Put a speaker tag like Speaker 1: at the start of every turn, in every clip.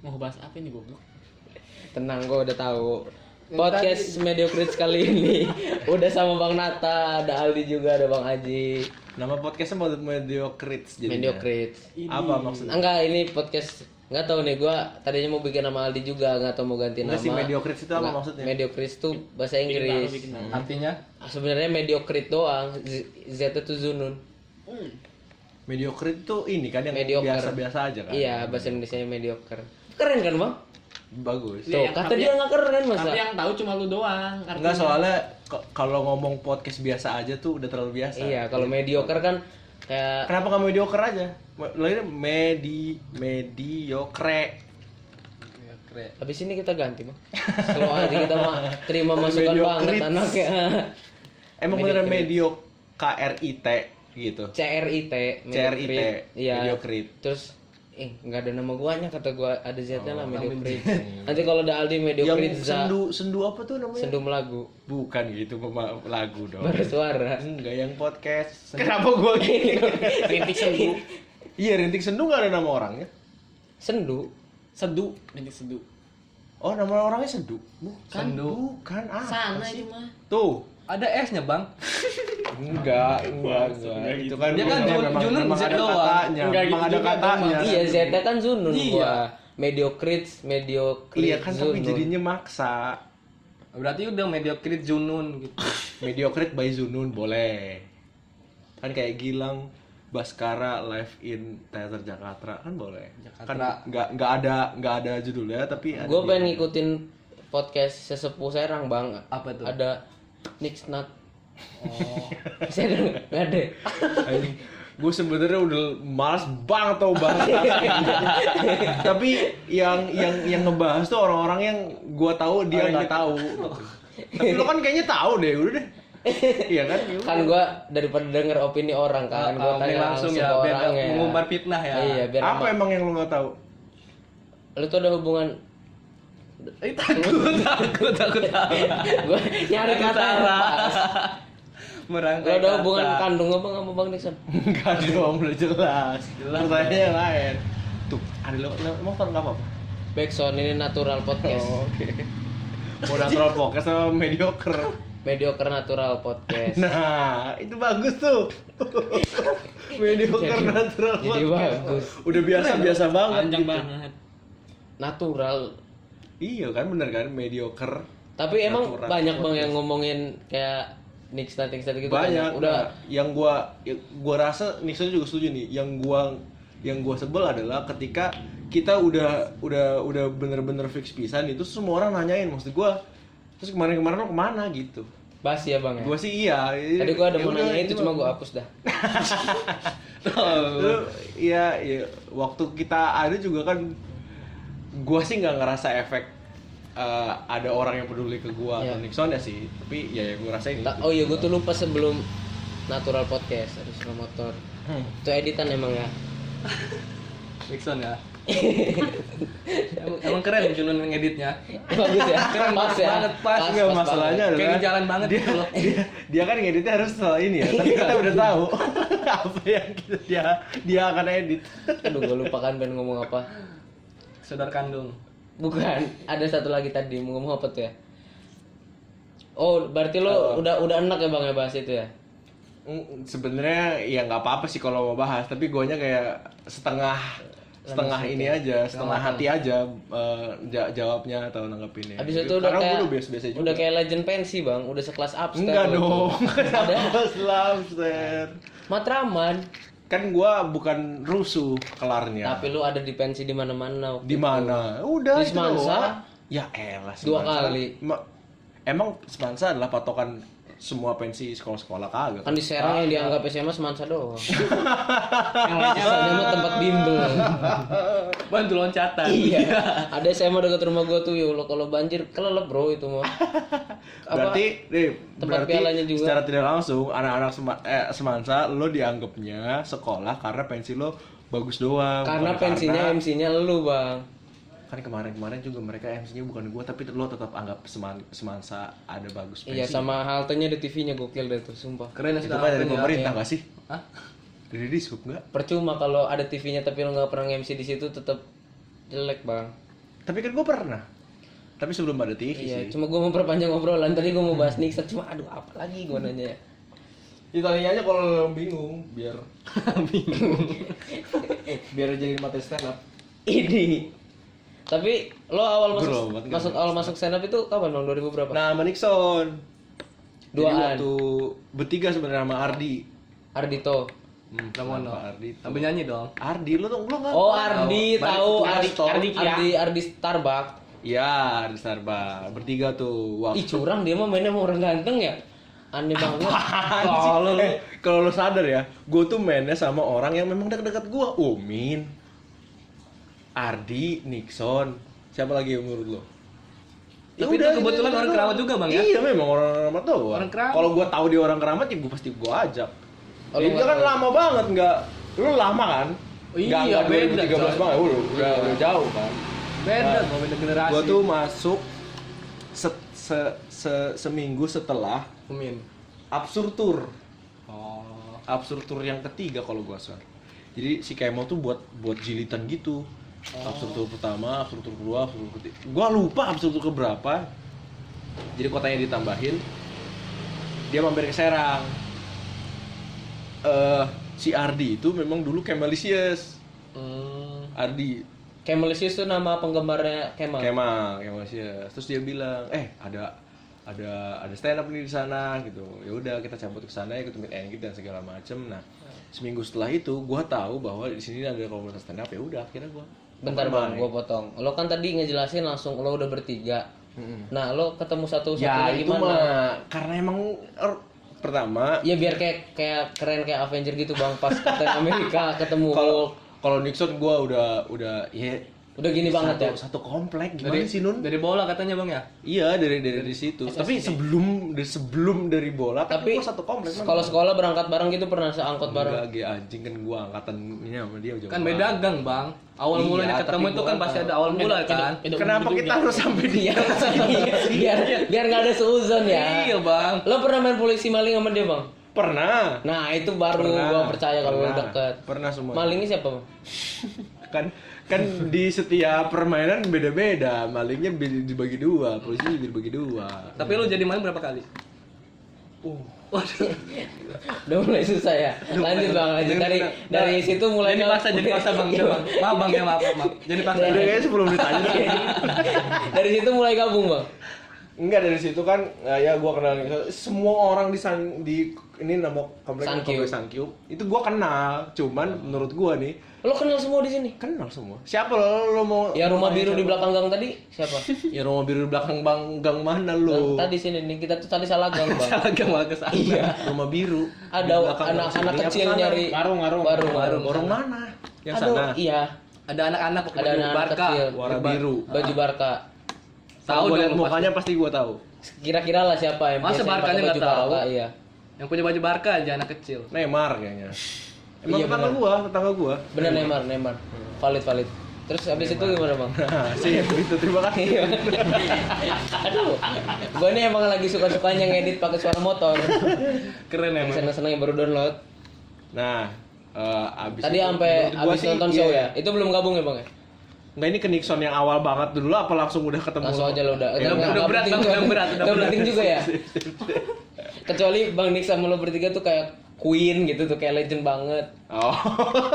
Speaker 1: mau bahas apa ini goblok
Speaker 2: Tenang, gue udah tahu. Podcast Mediocrits kali ini udah sama Bang Nata, ada Aldi juga, ada Bang Aji.
Speaker 3: Nama podcastnya mau Mediocrits jadinya.
Speaker 2: Mediocrits.
Speaker 3: Apa maksudnya?
Speaker 2: Enggak, ini podcast nggak tahu nih gua tadinya mau bikin nama Aldi juga, nggak tahu mau ganti
Speaker 3: Enggak
Speaker 2: nama.
Speaker 3: sih Mediocrits itu apa
Speaker 2: Nggak,
Speaker 3: maksudnya?
Speaker 2: Mediocrits tuh bahasa Inggris. Hmm.
Speaker 1: bikin nama.
Speaker 4: Artinya
Speaker 2: Sebenarnya mediocrit doang, Z, Z itu zunun.
Speaker 1: Hmm.
Speaker 3: Mediocrits itu ini kan yang
Speaker 2: Mediocre.
Speaker 3: biasa-biasa aja kan.
Speaker 2: Iya, bahasa Indonesia mediocre. Keren kan, Bang?
Speaker 3: Bagus.
Speaker 2: Tuh,
Speaker 1: yang-
Speaker 2: kata
Speaker 1: tapi-
Speaker 2: dia nggak keren masa?
Speaker 1: tapi yang tahu cuma lu doang
Speaker 3: Enggak soalnya k- kalau ngomong podcast biasa aja tuh udah terlalu biasa.
Speaker 2: Iya, kalau mediocre kan kayak
Speaker 3: Kenapa nggak mediocre aja? Lainnya medi mediocre.
Speaker 4: ya, keren.
Speaker 2: habis ini kita ganti, Bang. Slow aja kita mah terima masukan banget
Speaker 3: Mediocre.
Speaker 2: anaknya.
Speaker 3: Emang beneran medio KRIT gitu.
Speaker 2: CRIT,
Speaker 3: CRIT,
Speaker 2: mediocre. Iya.
Speaker 3: mediocre.
Speaker 2: Terus eh nggak ada nama guanya kata gua ada
Speaker 3: Oh,
Speaker 2: Z-nya lah mediocre. Nanti kalau ada Aldi mediocre
Speaker 3: Yang sendu sendu apa tuh namanya?
Speaker 2: sendum lagu
Speaker 3: Bukan gitu pema- lagu dong.
Speaker 2: baru suara.
Speaker 3: Enggak yang podcast. Kenapa gua gini?
Speaker 1: kritik sedu
Speaker 3: Iya Rintik Sendu nggak ada nama orangnya.
Speaker 2: Sendu
Speaker 1: sedu kritik sedu
Speaker 3: Oh nama orangnya Sendu. Bukan.
Speaker 4: Sendu.
Speaker 3: Bukan ah.
Speaker 1: sana itu mah
Speaker 3: Tuh.
Speaker 4: Ada S-nya, Bang.
Speaker 3: Enggak, enggak, enggak. Itu kan
Speaker 4: Dia kan
Speaker 3: memang-
Speaker 4: Jun-
Speaker 3: memang-
Speaker 4: Junun
Speaker 3: memang
Speaker 4: Z
Speaker 3: ada
Speaker 4: doang.
Speaker 3: katanya.
Speaker 1: Enggak
Speaker 3: Memang
Speaker 1: gitu
Speaker 3: ada
Speaker 1: juga,
Speaker 3: katanya.
Speaker 2: Iya, Z kan Zunun
Speaker 4: Iya.
Speaker 2: gua. Mediocrits, mediocre.
Speaker 3: Iya kan tapi
Speaker 2: Zunun.
Speaker 3: jadinya maksa.
Speaker 4: Berarti udah mediocre Junun gitu.
Speaker 3: Mediocrit by Zunun boleh. Kan kayak Gilang Baskara live in Teater Jakarta kan boleh. Kan nggak nggak ada nggak ada judulnya tapi ada
Speaker 2: Gue
Speaker 3: di-
Speaker 2: pengen ngikutin podcast sesepuh Serang bang.
Speaker 4: Apa tuh?
Speaker 2: Ada Nick Snat. Oh. Saya ada nggak ada.
Speaker 3: gue sebenarnya udah malas banget tau bahas tapi yang yang yang ngebahas tuh orang-orang yang gue tahu dia nggak tahu gitu. tapi lo kan kayaknya tahu deh udah deh iya kan
Speaker 2: Kan gue daripada denger opini orang kan, gue
Speaker 4: Ah, ah,
Speaker 2: tanya langsung,
Speaker 4: langsung
Speaker 2: ke
Speaker 4: ya, biar
Speaker 2: orang
Speaker 4: nggak
Speaker 2: ya.
Speaker 4: mengumbar fitnah ya.
Speaker 2: Iya biar.
Speaker 3: apa
Speaker 2: aman.
Speaker 3: emang yang lo nggak tahu
Speaker 2: Lu tuh ada hubungan.
Speaker 4: Eh, takut, takut, takut, takut.
Speaker 2: gue nyari Ya, kata. yang pas. Lu
Speaker 4: Merangkai
Speaker 2: ada
Speaker 4: kata.
Speaker 2: hubungan kan. kandung apa nggak sama bang Nixon?
Speaker 3: nggak dong udah jelas
Speaker 4: Jelas,
Speaker 3: pertanyaannya yang lain tuh ada lo motor nggak apa-apa
Speaker 2: Backsound ini natural podcast.
Speaker 3: oh, oke udah troll podcast sama mediocre
Speaker 2: Mediocre natural podcast.
Speaker 3: Nah, itu bagus tuh. Mediocre natural
Speaker 2: jadi
Speaker 3: podcast.
Speaker 2: bagus.
Speaker 3: Udah biasa-biasa banget.
Speaker 1: panjang
Speaker 3: gitu.
Speaker 1: banget
Speaker 2: Natural
Speaker 3: Iya kan bener kan mediocre.
Speaker 2: Tapi emang
Speaker 3: Natural.
Speaker 2: banyak bang yang ngomongin kayak Nick Snat, Nick Snat gitu kan?
Speaker 3: Banyak.
Speaker 2: Udah
Speaker 3: Nah, yang gua yang gua rasa Nixon juga setuju nih. Yang gua yang gua sebel adalah ketika kita udah udah udah bener-bener fix pisan itu semua orang nanyain maksud gua terus kemarin-kemarin lo kemana gitu
Speaker 2: bas ya bang ya?
Speaker 3: gua sih iya
Speaker 2: Tadi gua ada
Speaker 3: Ya
Speaker 2: mau
Speaker 3: udah, Iya,
Speaker 2: nanya itu
Speaker 3: ini
Speaker 2: cuma gua hapus dah
Speaker 4: Oh,
Speaker 3: lu ya, ya waktu kita ada juga kan gua sih nggak ngerasa efek eh, ada orang yang peduli ke gua atau
Speaker 2: Iya.
Speaker 3: Nixon ya sih tapi ya yang gua rasain
Speaker 2: Ta-
Speaker 3: itu.
Speaker 2: Oh iya gua tuh lupa sebelum Natural Podcast harus suara motor Itu editan emang ya?
Speaker 4: Nixon ya. emang, emang keren Junun ngeditnya.
Speaker 3: Iya,
Speaker 2: Bagus ya?
Speaker 4: Keren
Speaker 2: pas ya?
Speaker 4: banget, pas.
Speaker 3: Nggak,
Speaker 2: banget.
Speaker 3: masalahnya
Speaker 4: Kayak
Speaker 3: adalah
Speaker 4: di jalan banget
Speaker 3: dia,
Speaker 4: gitu loh.
Speaker 3: dia, dia kan ngeditnya harus setelah ini ya
Speaker 2: Iya.
Speaker 3: tapi kita udah tahu apa yang kita, dia dia akan edit
Speaker 2: Aduh gua lupa kan pengen ngomong apa
Speaker 4: Saudara kandung.
Speaker 2: Bukan, ada satu lagi tadi mau ngomong apa tuh ya? Oh, berarti lo udah udah enak ya bang ya bahas itu ya? Hmm.
Speaker 3: Mm, sebenarnya ya nggak apa-apa sih kalau mau bahas tapi gonya kayak setengah setengah ini aja setengah hati aja eh, ja- jawabnya atau nanggepinnya
Speaker 2: Habis itu
Speaker 3: Gitu.
Speaker 2: udah
Speaker 3: karena
Speaker 2: kayak
Speaker 3: gue udah biasa-biasa juga
Speaker 2: udah kayak legend pensi bang, udah sekelas upstairs.
Speaker 3: enggak
Speaker 2: lo.
Speaker 3: dong
Speaker 2: Ada.
Speaker 3: kenapa selamster
Speaker 2: Matraman.
Speaker 3: kan gue bukan rusuh kelarnya
Speaker 2: Tapi lu ada di pensi di mana-mana.
Speaker 3: di mana udah
Speaker 2: Nah, Di
Speaker 3: itu doang.
Speaker 2: Semansa?
Speaker 3: ya elah
Speaker 2: Dua
Speaker 3: Semansa.
Speaker 2: kali.
Speaker 3: Ma- emang semansa adalah patokan semua pensi sekolah-sekolah kagak
Speaker 2: Kan di Serang yang dianggap SMA semansa doang. yang lainnya mah tempat bimbel.
Speaker 4: Bantu loncatan.
Speaker 2: iya. Ada SMA dekat rumah gua tuh ya Allah kalau banjir kelelep bro itu mah.
Speaker 3: berarti nih,
Speaker 2: Tempat
Speaker 3: berarti
Speaker 2: pialanya juga.
Speaker 3: secara tidak langsung anak-anak Sema- eh, semansa lo dianggapnya sekolah karena pensi lo bagus doang
Speaker 2: Karena
Speaker 3: bukan
Speaker 2: pensinya
Speaker 3: karena-
Speaker 2: MC-nya lu bang.
Speaker 3: kan kemarin-kemarin juga mereka MC-nya bukan gua tapi lo tetap anggap Seman- semansa ada bagus pensi
Speaker 2: Iya sama haltenya di TV-nya gokil deh tuh sumpah.
Speaker 4: Keren ya
Speaker 3: itu
Speaker 4: saudara
Speaker 3: kan dari
Speaker 4: kandung ya.
Speaker 3: pemerintah nggak sih
Speaker 4: Hah?
Speaker 3: dari dishub nggak
Speaker 2: Percuma kalau ada TV-nya tapi lu nggak pernah MC di situ tetap jelek bang.
Speaker 3: tapi kan gue pernah tapi sebelum ada TV
Speaker 2: Iya,
Speaker 3: sih
Speaker 2: cuma gue memperpanjang obrolan. Tadi gue mau bahas Nixon, cuma aduh apa lagi gue nanya ya.
Speaker 3: Ya, tanya aja kalau lo bingung biar biar jadi materi stand up
Speaker 2: Ini. Tapi lo awal masuk
Speaker 3: Bro, banget
Speaker 2: masuk awal masuk stand up itu kapan bang? 2000 berapa?
Speaker 3: nah sama Nixon Jadi
Speaker 2: Duaan.
Speaker 3: waktu bertiga sebenarnya sama Ardi
Speaker 2: Ardito.
Speaker 3: hmm,
Speaker 4: Lamono.
Speaker 3: Ardi tuh.
Speaker 4: Sambil nyanyi dong.
Speaker 3: Ardi lo tuh lo nggak
Speaker 2: Oh Ardi
Speaker 3: Balik
Speaker 2: tahu
Speaker 3: ke
Speaker 2: Ardi
Speaker 3: Astor.
Speaker 2: Ardi
Speaker 1: Kia.
Speaker 2: Ardi, Ardi Starbucks.
Speaker 3: Iya, Ardi Sarba. Bertiga tuh. Wah,
Speaker 2: Ih curang dia mah mainnya sama orang ganteng ya. Aneh banget.
Speaker 3: kalau lu kalau lu sadar ya, gue tuh mainnya sama orang yang memang dekat-dekat gue. Umin, Ardi, Nixon, siapa lagi yang menurut lo? Ya
Speaker 4: Tapi itu
Speaker 3: udah,
Speaker 4: kebetulan orang
Speaker 3: doang.
Speaker 4: keramat juga, Bang, ya?
Speaker 3: Iya memang orang keramat tuh.
Speaker 4: Orang keramat.
Speaker 3: Kalau gue tahu dia orang keramat, ya gue pasti gue ajak.
Speaker 2: Oh,
Speaker 3: Jadi
Speaker 2: lu
Speaker 3: dia
Speaker 2: nggak
Speaker 3: kan
Speaker 2: tahu.
Speaker 3: lama banget nggak, lu lama kan?
Speaker 4: Iya,
Speaker 3: Nggak- nggak
Speaker 4: beda, Iya.
Speaker 3: 2013
Speaker 4: coy.
Speaker 3: banget, lu udah, udah jauh kan?
Speaker 4: Beda
Speaker 3: Nah,
Speaker 4: gua beda generasi.
Speaker 3: Gue tuh masuk se- se- se- seminggu setelah
Speaker 4: Umin.
Speaker 3: Absurd Tour.
Speaker 4: Oh.
Speaker 3: absurd tour yang ketiga kalau gua salah. Jadi si Kemo tuh buat buat jilitan gitu. Absurd tour pertama, absurd tour kedua, absurd tour ketiga. Gua lupa absurd tour keberapa. Jadi kotanya ditambahin. Dia mampir ke Serang. Eh si Ardi itu memang dulu Kemalisius.
Speaker 4: Hmm.
Speaker 3: Ardi
Speaker 2: Kemalisius tuh nama penggemarnya Kemal.
Speaker 3: Kemal, Kemalisius. Terus dia bilang, "Eh, ada ada ada stand up nih di sana gitu ya udah kita cabut ke sana ya, ikut meet and greet dan segala macem nah seminggu setelah itu gua tahu bahwa di sini ada komunitas stand up ya udah akhirnya gua
Speaker 2: Bentar bang, gue potong. Lo kan tadi ngejelasin langsung lo udah bertiga. Nah lo ketemu satu
Speaker 3: ya
Speaker 2: satunya
Speaker 3: itu
Speaker 2: gimana?
Speaker 3: mah karena emang er, pertama
Speaker 2: Ya biar kayak kayak keren kayak Avenger gitu bang pas Captain Amerika ketemu
Speaker 3: kalau
Speaker 2: Hulk.
Speaker 3: kalau Nixon gua udah udah ya
Speaker 2: udah gini banget
Speaker 3: satu,
Speaker 2: ya.
Speaker 3: satu komplek gimana
Speaker 4: Dari
Speaker 3: sih Nun
Speaker 4: Dari bola katanya, Bang ya?
Speaker 3: iya dari dari dari situ tapi sebelum dari sebelum dari bola kan
Speaker 2: Tapi
Speaker 3: gua satu komplek man.
Speaker 2: kalau sekolah berangkat bareng gitu pernah seangkut bareng.
Speaker 3: Enggak, ge, anjing kan gua angkatannya sama dia jauh
Speaker 4: Kan
Speaker 3: banget.
Speaker 4: beda gang, Bang. Awal
Speaker 3: Iya,
Speaker 4: mulanya
Speaker 3: tapi
Speaker 4: ketemu itu
Speaker 3: gua
Speaker 4: kan pasti ada awal mula kan.
Speaker 2: gitu.
Speaker 3: Kenapa kita harus sampai dia?
Speaker 2: Iya. biar biar nggak ada seuzon ya.
Speaker 4: Iya, Bang.
Speaker 2: Lo pernah main polisi maling sama dia bang?
Speaker 3: Pernah.
Speaker 2: Nah itu baru
Speaker 3: Pernah.
Speaker 2: gua percaya kalau lo
Speaker 3: Pernah.
Speaker 2: deket.
Speaker 3: Pernah semua.
Speaker 2: Malingnya siapa bang?
Speaker 3: Kan kan di setiap permainan beda-beda. Malingnya bi- dibagi dua, polisi juga dibagi dua.
Speaker 4: Tapi lu jadi main berapa kali?
Speaker 3: Uh,
Speaker 4: Waduh.
Speaker 2: Udah mulai susah ya. Lanjut bang, lanjut dari dari situ mulai.
Speaker 4: jadi paksa, jadi paksa bang, Iya, bang. Maaf bang ya maaf, maaf. Jadi paksa.
Speaker 3: udah kayaknya sebelum ditanya
Speaker 2: dari situ mulai gabung bang.
Speaker 3: Enggak dari situ kan eh, ya gua kenal Nixon. semua orang di San- di ini nama komplek
Speaker 2: Sankyu.
Speaker 3: komplek Sankyu. Itu gua kenal, cuman menurut gua nih
Speaker 2: Lo kenal semua di sini?
Speaker 3: kenal semua. Siapa lo lo mau
Speaker 2: Ya rumah biru di belakang gang tadi siapa? Nah,
Speaker 3: Ya rumah biru di belakang bang gang mana lo?
Speaker 2: Tadi sini nih kita tuh tadi salah gang bang.
Speaker 4: Salah gang malah kesana.
Speaker 3: rumah biru.
Speaker 2: Iya. Ada
Speaker 3: Di belakang Bang
Speaker 2: anak-anak
Speaker 3: Sugri, apa
Speaker 2: kecil
Speaker 3: sana?
Speaker 2: nyari
Speaker 1: Warung, warung.
Speaker 2: warung, warung.
Speaker 4: Warung.
Speaker 3: Borong mana? Yang
Speaker 2: Aduh,
Speaker 3: sana.
Speaker 2: Iya,
Speaker 4: Ada anak-anak pakai
Speaker 2: Ada
Speaker 4: baju
Speaker 2: anak-anak
Speaker 4: Barca.
Speaker 2: kecil.
Speaker 3: Warna biru.
Speaker 2: baju Barca.
Speaker 3: Tahu
Speaker 4: Tahu
Speaker 3: gua
Speaker 4: dong lu
Speaker 3: liat
Speaker 4: pasti.
Speaker 3: mukanya pasti gua tahu.
Speaker 2: Kira-kira lah siapa yang
Speaker 4: Masa
Speaker 2: biasanya
Speaker 4: Barkanya
Speaker 2: pakai
Speaker 4: nggak
Speaker 2: baju
Speaker 4: tahu?
Speaker 2: Barca, Iya.
Speaker 4: Yang punya baju Barca aja anak kecil.
Speaker 3: Neymar kayaknya. Emang
Speaker 2: Iya,
Speaker 3: tetangga
Speaker 2: benar.
Speaker 3: gua, tetangga gua.
Speaker 4: Iya.
Speaker 2: Bener Neymar, Neymar. Valid, valid. Terus abis itu gimana bang?
Speaker 3: Nah, sih itu terima
Speaker 2: Iya.
Speaker 3: kasih.
Speaker 2: Aduh, gue nih emang lagi suka-sukanya ngedit pakai suara motor.
Speaker 4: Keren ya, Bang.
Speaker 2: Seneng-seneng baru download.
Speaker 3: Nah, eh, abis
Speaker 2: Tadi
Speaker 3: itu-
Speaker 2: sampai
Speaker 3: menurut gua
Speaker 2: abis
Speaker 3: sih,
Speaker 2: nonton
Speaker 3: iya.
Speaker 2: show ya. Itu belum gabung ya bang ya?
Speaker 3: Enggak ini ke Nixon yang awal banget dulu apa langsung udah ketemu?
Speaker 2: Langsung aja lo udah.
Speaker 3: Ya,
Speaker 2: Nggak-
Speaker 4: udah
Speaker 2: nggak
Speaker 4: berat,
Speaker 2: penting
Speaker 4: Bang,
Speaker 2: juga.
Speaker 4: udah berat, udah
Speaker 2: Nggak
Speaker 4: berat.
Speaker 2: penting juga ya. Kecuali Bang Nick sama lo bertiga tuh kayak Queen gitu tuh kayak legend banget.
Speaker 3: Oh.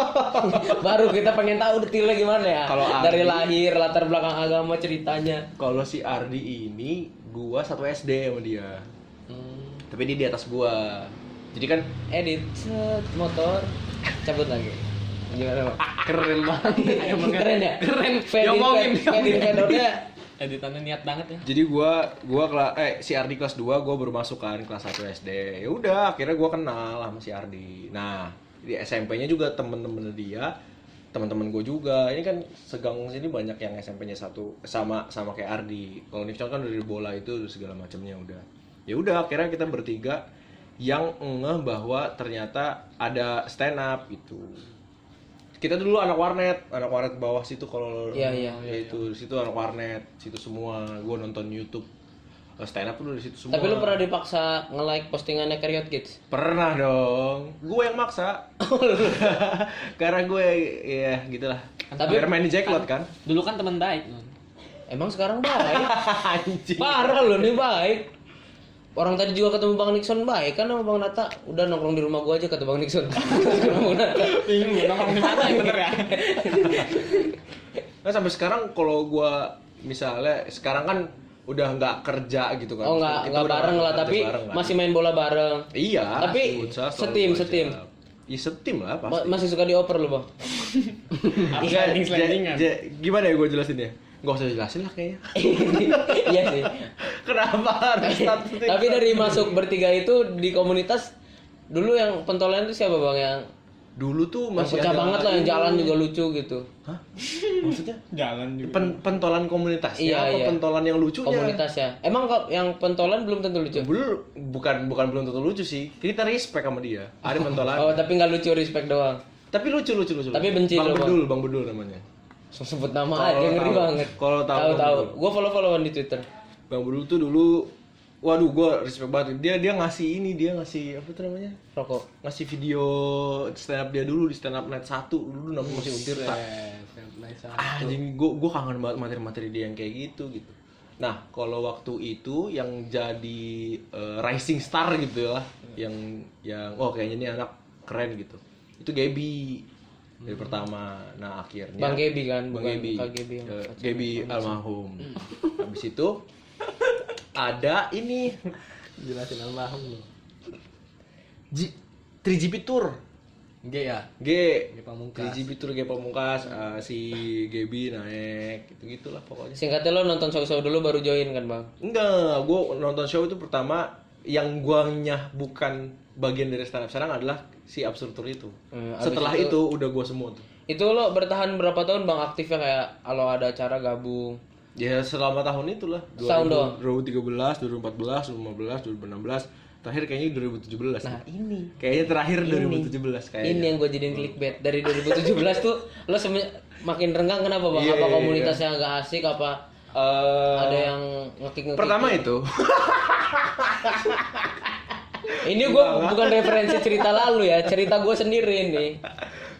Speaker 2: Baru kita pengen tahu detailnya gimana ya.
Speaker 3: Kalau Ardi-
Speaker 2: dari lahir, latar belakang agama, ceritanya.
Speaker 3: Kalau si Ardi ini gua satu SD sama dia. Tapi dia di atas gua. Jadi kan
Speaker 2: Hmm. Edit, set, motor, cabut lagi. Gimana bang?
Speaker 4: Keren banget. Emang
Speaker 2: Keren ya?
Speaker 4: Keren.
Speaker 2: Fade in,
Speaker 4: Diomongin,
Speaker 2: fade- fade in, fade out-nya
Speaker 1: Editannya niat banget
Speaker 2: Iya.
Speaker 1: ya.
Speaker 3: Jadi gua gua kela eh si Ardi kelas 2 gua baru masuk kan kelas 1 SD. Ya udah akhirnya gua kenal sama si Ardi. Nah, di SMP-nya juga temen-temen dia, teman-teman gue juga. Ini kan segang sini banyak yang SMP-nya satu sama sama kayak Ardi. Kalau Nixon kan dari bola itu udah segala macamnya udah. Ya udah akhirnya kita bertiga yang ngeh bahwa ternyata ada stand up gitu. Kita dulu anak warnet, anak warnet bawah situ kalau
Speaker 2: Iya, iya.
Speaker 3: Ya itu di situ anak warnet, situ semua. Gue nonton YouTube eh, stand up dulu di situ semua.
Speaker 2: Tapi lu pernah dipaksa nge-like postingannya Keriot Kids?
Speaker 3: Pernah dong. Gue yang maksa. Karena gue ya gitulah.
Speaker 2: Tapi-
Speaker 3: Biar main di jackpot kan.
Speaker 1: Dulu kan teman baik. Nun.
Speaker 2: Emang sekarang baik.
Speaker 3: Anjing.
Speaker 2: Parah loh nih baik. Orang tadi juga ketemu Bang Nixon baik kan sama Bang Nata. Udah nongkrong di rumah gua aja kata Bang Nixon. Terus ketemu Bang Nata.
Speaker 1: Bingung nongkrong di mana ya bener ya.
Speaker 3: Nah sampai sekarang kalau gua misalnya sekarang kan udah nggak kerja gitu kan.
Speaker 2: Oh nggak
Speaker 3: Kita
Speaker 2: nggak
Speaker 3: udah
Speaker 2: bareng lah
Speaker 3: kerja
Speaker 2: tapi
Speaker 3: bareng kan.
Speaker 2: masih main bola bareng.
Speaker 3: Iya.
Speaker 2: Tapi
Speaker 3: futsal selalu
Speaker 2: setim,
Speaker 3: gua ajak.
Speaker 2: setim.
Speaker 3: Iya setim lah pasti.
Speaker 2: Ma- masih suka dioper loh Bang.
Speaker 3: Nggak,
Speaker 1: Sliding slidingan.
Speaker 3: ja- ja- gimana ya gue jelasin ya? Gak usah jelasin lah kayaknya.
Speaker 2: iya sih.
Speaker 3: Kenapa harus status itu?
Speaker 2: Tapi dari masuk bertiga itu di komunitas dulu yang pentolan itu siapa Bang yang
Speaker 3: dulu tuh
Speaker 2: yang
Speaker 3: masih
Speaker 2: pecah
Speaker 3: ada-
Speaker 2: banget lah yang jalan juga lucu gitu.
Speaker 3: Hah? Maksudnya
Speaker 1: Jalan juga.
Speaker 3: pen- pentolan komunitasnya
Speaker 2: Iya,
Speaker 3: apa
Speaker 2: iya.
Speaker 3: pentolan yang lucunya?
Speaker 2: Komunitas ya. Emang kok yang pentolan belum tentu lucu.
Speaker 3: Belum bukan bukan belum tentu lucu sih. Kita respect sama dia. Ada pentolan.
Speaker 2: Oh, tapi nggak lucu respect doang.
Speaker 3: Tapi lucu lucu lucu.
Speaker 2: Tapi benci
Speaker 3: Bang
Speaker 2: lu, Bang.
Speaker 3: Bedul, Bang Bedul namanya.
Speaker 2: Langsung sebut nama
Speaker 3: Kalau
Speaker 2: aja ngeri
Speaker 3: tahu.
Speaker 2: banget.
Speaker 3: Kalau tahu,
Speaker 2: tahu.
Speaker 3: Bang
Speaker 2: tahu. Gua follow-followan di Twitter.
Speaker 3: Bang Bedul tuh dulu waduh gue respect banget dia dia ngasih ini dia ngasih apa tuh namanya
Speaker 2: Rokok.
Speaker 3: ngasih video stand up dia dulu di stand up night 1 dulu namanya masih untir tak Ah,
Speaker 2: Gitu.
Speaker 3: anjing gue gue kangen banget materi-materi dia yang kayak gitu gitu nah kalau waktu itu yang jadi eh, rising star gitu ya yang yang oh kayaknya ini anak keren gitu itu Gaby dari pertama nah akhirnya
Speaker 2: Hmm. Bang Gaby kan,
Speaker 3: Bang
Speaker 2: bukan
Speaker 3: Gaby
Speaker 2: Kak Gaby yang Hmm.
Speaker 3: Eh,
Speaker 2: pacar
Speaker 3: Gaby almarhum habis itu ada ini
Speaker 4: Jelasin almarhum lu.
Speaker 3: G 3GP tour
Speaker 4: G ya.
Speaker 3: G
Speaker 4: G Pamungkas.
Speaker 3: 3GP tour G Pamungkas eh, si Gaby naik gitu gitulah pokoknya
Speaker 2: Singkatnya lo nonton show-show dulu baru join kan, Bang?
Speaker 3: Enggak, gue nonton show itu pertama yang gua nyah bukan bagian dari stand up sekarang adalah si absurd tour itu.
Speaker 2: Hmm, abis
Speaker 3: Setelah Eh, itu, udah gua semua tuh.
Speaker 2: Itu lo bertahan berapa tahun Bang aktifnya kayak kalau ada acara gabung.
Speaker 3: Ya selama tahun itulah.
Speaker 2: Setahun doang?
Speaker 3: 2013, 2014, 2015, 2016, terakhir kayaknya 2017. Nah, ini. Kayaknya terakhir 2017 kayaknya.
Speaker 2: Ini yang gue jadiin clickbait dari 2017 tuh lo seme- makin renggang kenapa, Bang?
Speaker 3: Iya,
Speaker 2: apa
Speaker 3: iya,
Speaker 2: komunitas yang gak asik apa
Speaker 3: Eh,
Speaker 2: ada yang ngekik-ngekik?
Speaker 3: pertama itu.
Speaker 2: Ini gue bukan referensi cerita lalu ya, cerita gue sendiri nih.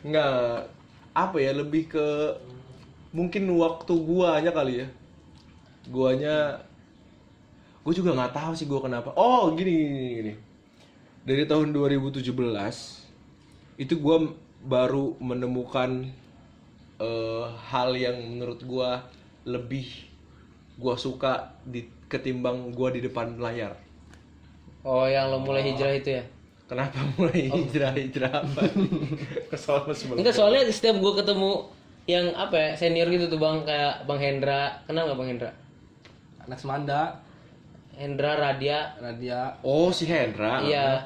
Speaker 3: Enggak apa ya lebih ke mungkin waktu gua aja kali ya. Guanya gua juga nggak tahu sih gua kenapa. Oh, gini gini gini, gini. Dari tahun 2017 itu gua baru menemukan eh, hal yang menurut gua lebih gua suka di, ketimbang gua di depan layar.
Speaker 2: Oh, yang lo mulai hijrah itu ya?
Speaker 3: Kenapa mulai hijrah-hijrah apa? Kesel sebelum.
Speaker 2: Enggak soalnya setiap gue ketemu yang apa ya senior gitu tuh bang kayak bang Hendra kenal nggak bang Hendra?
Speaker 4: Anak Semanda,
Speaker 2: Hendra Radia
Speaker 4: Radia.
Speaker 3: Oh, si Hendra.
Speaker 2: iya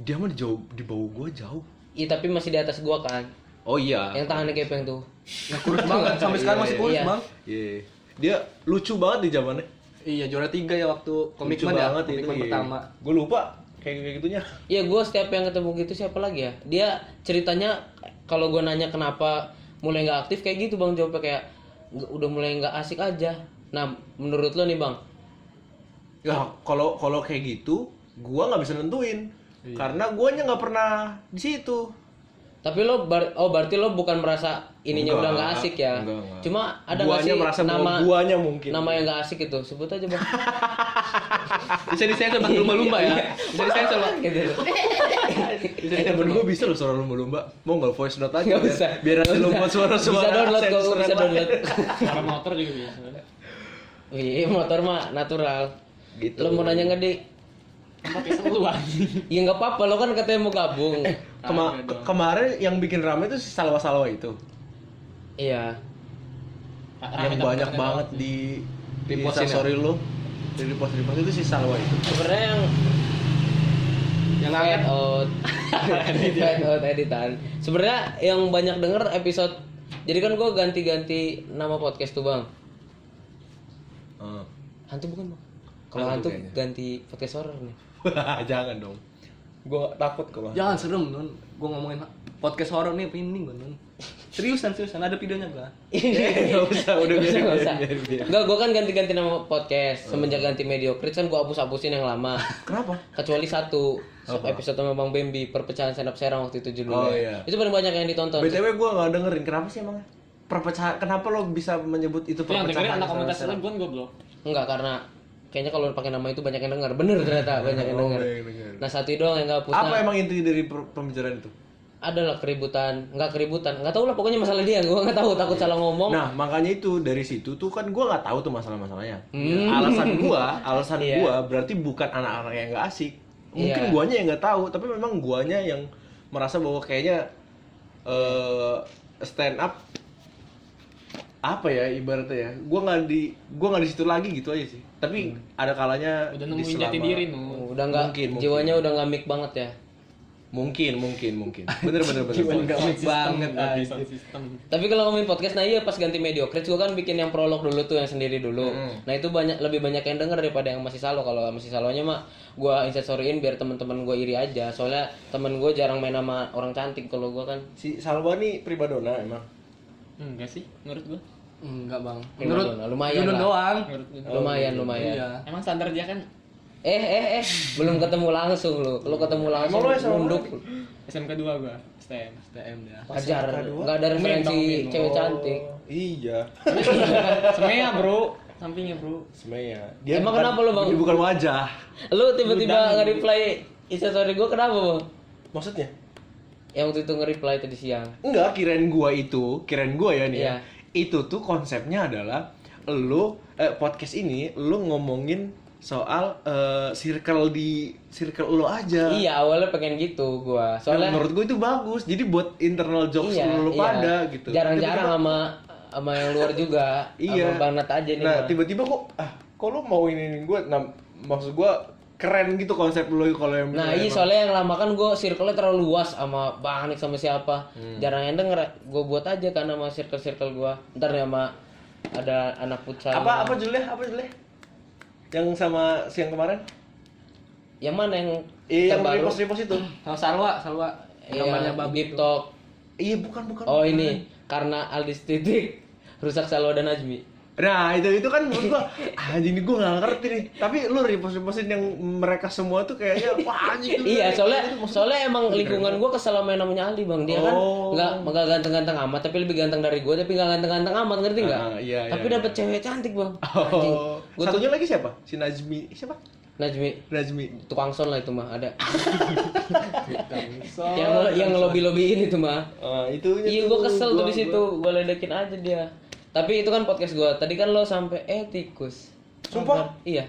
Speaker 3: Dia mah di jauh di bawah gua jauh.
Speaker 2: iya tapi masih di atas gua kan
Speaker 3: Oh iya.
Speaker 2: yang tangannya kepeng tuh
Speaker 4: Yang kurus banget sampai sekarang masih kurus,
Speaker 2: Iya.
Speaker 4: Bang.
Speaker 3: Iya. Dia lucu banget di zamannya.
Speaker 4: Iya, juara tiga ya waktu
Speaker 3: Lucu
Speaker 4: komitmen ya.
Speaker 3: banget itu.
Speaker 4: Komitmen
Speaker 3: iya.
Speaker 4: pertama.
Speaker 3: Gua lupa kayak kayak gitunya.
Speaker 2: iya gua setiap yang ketemu gitu siapa lagi ya dia ceritanya kalau gua nanya kenapa mulai nggak aktif kayak gitu bang jawabnya kayak "Nggak- udah mulai nggak asik aja nah menurut lo nih bang
Speaker 3: Ya, kalau kalau kayak gitu, gua nggak bisa nentuin. Karena guanya nggak pernah di situ.
Speaker 2: tapi lo bar- oh berarti lo bukan merasa ininya
Speaker 3: Enggak,
Speaker 2: udah nggak asik ya
Speaker 3: enggak, enggak.
Speaker 2: cuma ada nggak
Speaker 3: guanya
Speaker 2: sih
Speaker 3: merasa bahwa
Speaker 2: nama
Speaker 3: guanya mungkin.
Speaker 2: nama yang nggak asik itu sebut aja bang Iya,
Speaker 4: Bisa disensor bang lumba-lumba ya. Bisa disensor bang.
Speaker 2: Gitu.
Speaker 3: Eh, temen gua bisa loh suara lumba-lumba. Mau nggak voice note aja?
Speaker 2: Nggak
Speaker 3: biar-
Speaker 2: usah.
Speaker 3: Biar ada
Speaker 2: Nggak
Speaker 3: lumba
Speaker 2: usah.
Speaker 3: suara-suara.
Speaker 2: Bisa download kok,
Speaker 3: sensoran
Speaker 2: bisa
Speaker 3: lain.
Speaker 2: download.
Speaker 1: Suara motor juga biasa.
Speaker 2: Wih, iya, motor mah natural.
Speaker 3: Gitu.
Speaker 2: Lo mau nanya nggak di?
Speaker 4: Kan
Speaker 1: Tempat iseng lu anjing.
Speaker 2: Ya nggak apa-apa, lo kan katanya mau gabung.
Speaker 3: Kema-
Speaker 1: Ada dong.
Speaker 3: kemarin yang bikin rame itu si salwa-salwa itu.
Speaker 2: iya.
Speaker 3: Ah, yang banyak banget di di
Speaker 4: Dipostin ya?
Speaker 3: story lu di repost repost itu si Salwa itu
Speaker 2: Sebenarnya yang
Speaker 4: Yang
Speaker 2: fade
Speaker 4: angkat
Speaker 2: out, fade out editan. Sebenarnya yang banyak denger episode. Jadi kan gue ganti-ganti nama podcast tuh bang.
Speaker 3: Oh.
Speaker 2: Hantu bukan bang? Kalau
Speaker 3: Hantu
Speaker 2: hantu
Speaker 3: kayaknya.
Speaker 2: ganti podcast horror nih.
Speaker 3: Wah, jangan dong gua takut kalau
Speaker 4: Jangan serem, Nun. Gua ngomongin podcast horor nih merinding gua, Nun. Iya, Seriusan, seriusan ada videonya gua.
Speaker 3: nggak usah
Speaker 2: Gak usah,
Speaker 3: udah biarin
Speaker 2: gak
Speaker 3: biarin
Speaker 2: usah.
Speaker 3: biarin, biarin.
Speaker 2: Enggak, gue kan ganti-ganti nama podcast semenjak ganti mediocre kan gue hapus-hapusin yang lama.
Speaker 3: kenapa
Speaker 2: Kecuali satu episode sama Bang Bembi perpecahan stand up Serang waktu itu judulnya.
Speaker 3: Oh, iya.
Speaker 2: Itu paling banyak yang ditonton.
Speaker 3: btw gua nggak dengerin kenapa sih emangnya perpecahan kenapa lo bisa menyebut itu
Speaker 1: Itu yang
Speaker 3: perpecahan
Speaker 1: Iya, dengerin anak
Speaker 3: saudara
Speaker 1: komunitas
Speaker 3: saudara?
Speaker 1: itu bukan goblok.
Speaker 2: Enggak karena kayaknya kalau pakai nama itu banyak yang dengar. Bener ternyata banyak yang
Speaker 3: Oh,
Speaker 2: dengar.
Speaker 3: banyak yang dengar.
Speaker 2: Nah, satu doang yang enggak
Speaker 3: apa
Speaker 2: punya.
Speaker 3: emang inti dari per- pembicaraan itu
Speaker 2: Adalah keributan, enggak keributan. Enggak tahu lah pokoknya masalah dia, gua enggak tahu takut salah ngomong.
Speaker 3: Nah, makanya itu dari situ tuh kan gua nggak tahu tuh masalah-masalahnya.
Speaker 1: Hmm.
Speaker 3: Alasan gua, alasan
Speaker 2: Iya.
Speaker 3: gua berarti bukan anak-anak yang nggak asik. Mungkin
Speaker 2: Iya.
Speaker 3: guanya yang nggak tahu, tapi memang guanya yang merasa bahwa kayaknya eh stand up apa ya ibaratnya ya gua nggak di gua nggak di situ lagi gitu aja sih tapi ada kalanya
Speaker 1: Hmm. Udah
Speaker 3: di
Speaker 1: nemuin
Speaker 3: selama-
Speaker 1: jati diri nu.
Speaker 2: udah enggak
Speaker 3: Nah, Mungkin, mungkin.
Speaker 2: jiwanya udah enggak mik banget ya.
Speaker 3: mungkin mungkin mungkin bener bener bener
Speaker 4: Enggak
Speaker 1: Sound
Speaker 4: mik banget,
Speaker 1: system, berarti
Speaker 4: anjir.
Speaker 1: sound system.
Speaker 2: Tapi kalau ngomongin podcast, nah iya pas ganti Mediocre, gue kan bikin yang prolog dulu tuh yang sendiri dulu. Nah itu banyak lebih banyak yang denger daripada yang masih salo. Kalau masih salonya mah gue insensoriin biar teman-teman gue iri aja. Soalnya temen gue jarang main sama orang cantik kalau gue kan.
Speaker 3: si Salwa nih pribadona emang
Speaker 1: Enggak sih, menurut gua.
Speaker 4: Enggak bang.
Speaker 2: Menurut- lumayan
Speaker 4: Junun
Speaker 2: lah.
Speaker 4: doang.
Speaker 1: Menurut gua.
Speaker 2: Lumayan lumayan.
Speaker 4: Iya.
Speaker 1: Emang standar dia kan
Speaker 2: Eh eh eh belum ketemu langsung lu. Lu ketemu langsung
Speaker 3: Emang lu SMA
Speaker 2: nunduk
Speaker 1: SMK 2 gua, STM.
Speaker 4: STM dia.
Speaker 2: ajar.
Speaker 3: SMK dua?
Speaker 2: Gak ada referensi
Speaker 1: Min, Min.
Speaker 2: cewek cantik.
Speaker 1: Oh.
Speaker 3: iya
Speaker 1: Semea, Bro. Sampingnya, Bro.
Speaker 3: sebenarnya
Speaker 2: Emang kenapa lo, Bang?
Speaker 3: dia bukan wajah
Speaker 2: Lu tiba-tiba nge-reply instastory gue kenapa, Bang?
Speaker 3: maksudnya
Speaker 2: Yang waktu itu nge-reply tadi siang.
Speaker 3: Enggak, kirain gua itu, kirain gua ya nih
Speaker 2: Iya.
Speaker 3: ya. Itu tuh konsepnya adalah lu eh, podcast ini lu ngomongin soal eh, circle di circle lu aja.
Speaker 2: Iya, awalnya pengen gitu gua. Soalnya
Speaker 3: Nah, menurut gua itu bagus. Jadi buat internal jokes
Speaker 2: iya,
Speaker 3: lu
Speaker 2: iya.
Speaker 3: pada gitu.
Speaker 2: Jarang-jarang
Speaker 3: Tiba-tiba-
Speaker 2: sama sama yang luar juga.
Speaker 3: Iya.
Speaker 2: Sama Bang Nat aja nih.
Speaker 3: Nah,
Speaker 2: gua.
Speaker 3: tiba-tiba kok ah, kok lu mau ini gua nah, maksud gua keren gitu konsep lu kalau yang
Speaker 2: Nah iya soalnya yang lama kan gue circle-nya terlalu luas sama Bang Anik sama siapa
Speaker 3: Hmm.
Speaker 2: Jarang yang denger, gue buat aja kan sama circle-circle gue Ntar nih sama ada anak futsal
Speaker 3: apa apa judulnya? Apa judulnya? Yang sama siang kemarin?
Speaker 2: Yang mana yang
Speaker 3: Iya, yang
Speaker 2: terbaru?
Speaker 3: repost-repost itu.
Speaker 4: Sama Sarwa, Sarwa.
Speaker 2: Iya.
Speaker 4: Gambarnya
Speaker 2: Yang
Speaker 4: babi.
Speaker 2: Deep Talk
Speaker 3: Iya, bukan bukan.
Speaker 2: Oh ini, karena Aldis Titik Rusak Salwa dan Najmi
Speaker 3: Nah itu itu kan menurut gua anjing ini gua nggak ngerti nih. Tapi lu repost repostin yang mereka semua tuh kayaknya wah anjing. itu
Speaker 2: Iya
Speaker 3: keren."
Speaker 2: soalnya soalnya emang lingkungan gue kesel sama yang namanya Aldi bang Dia kan
Speaker 3: Oh.
Speaker 2: nggak nggak ganteng-ganteng amat tapi lebih ganteng dari gue tapi nggak ganteng-ganteng amat ngerti nggak?
Speaker 3: Ah, iya, iya,
Speaker 2: tapi
Speaker 3: iya.
Speaker 2: dapet cewek cantik bang. Anjing.
Speaker 3: Oh,
Speaker 2: Gua tuh
Speaker 3: satunya lagi siapa? Si Najmi siapa?
Speaker 2: Najmi
Speaker 3: Najmi.
Speaker 2: tukang son lah itu mah ada
Speaker 4: Iya,
Speaker 2: yang yang lobby lobbyin itu mah
Speaker 3: Ah, Oh, itunya
Speaker 2: iya gue
Speaker 3: tuh,
Speaker 2: kesel tuh
Speaker 3: gua-
Speaker 2: di situ gue ledekin aja dia tapi itu kan podcast gue tadi kan lo sampai eh tikus
Speaker 3: Sumpah?
Speaker 2: Sabar. iya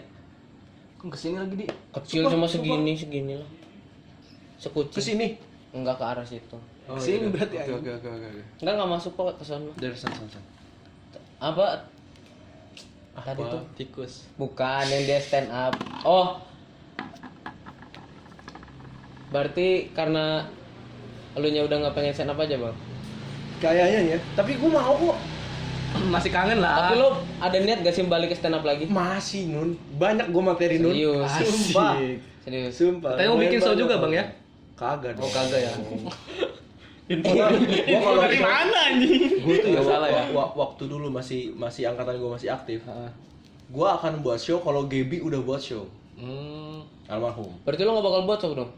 Speaker 4: Kesini lagi di.
Speaker 2: kecil cuma segini segini lah
Speaker 3: Ke
Speaker 2: sekucing
Speaker 3: sini.
Speaker 2: enggak ke arah situ
Speaker 4: Kesini berarti.
Speaker 3: Oke
Speaker 4: anjing.
Speaker 3: oke oke oke.
Speaker 2: enggak enggak masuk kok ke sana
Speaker 3: Dari sana sana.
Speaker 2: apa tadi tuh
Speaker 1: Tikus.
Speaker 2: bukan yang dia stand up oh berarti karena elunya udah nggak pengen stand up aja bang
Speaker 3: Kayaknya ya. Tapi gua mau kok.
Speaker 4: Masih kangen lah.
Speaker 2: Tapi lo ada niat gak sih balik ke stand up lagi?
Speaker 3: Masih Nun. Banyak gua materi Nun.
Speaker 2: Serius.
Speaker 3: Sumpah.
Speaker 2: Serius.
Speaker 4: Iya.
Speaker 3: Sumpah.
Speaker 4: Tapi mau
Speaker 3: Lumayan
Speaker 4: bikin show
Speaker 3: banyak.
Speaker 4: juga, Bang, ya?
Speaker 3: Kagak dong.
Speaker 4: Oh kagak ya.
Speaker 1: Info
Speaker 3: Gua-
Speaker 1: Info
Speaker 3: gua kalau-
Speaker 1: dari mana anjing?
Speaker 3: gue tuh ya,
Speaker 4: Nggak salah ya?
Speaker 3: wa- wa- waktu dulu masih masih angkatan gue masih aktif gue akan buat show kalau Gaby udah buat show
Speaker 4: Hmm.
Speaker 3: almarhum
Speaker 2: Berarti lo gak bakal buat sok dong?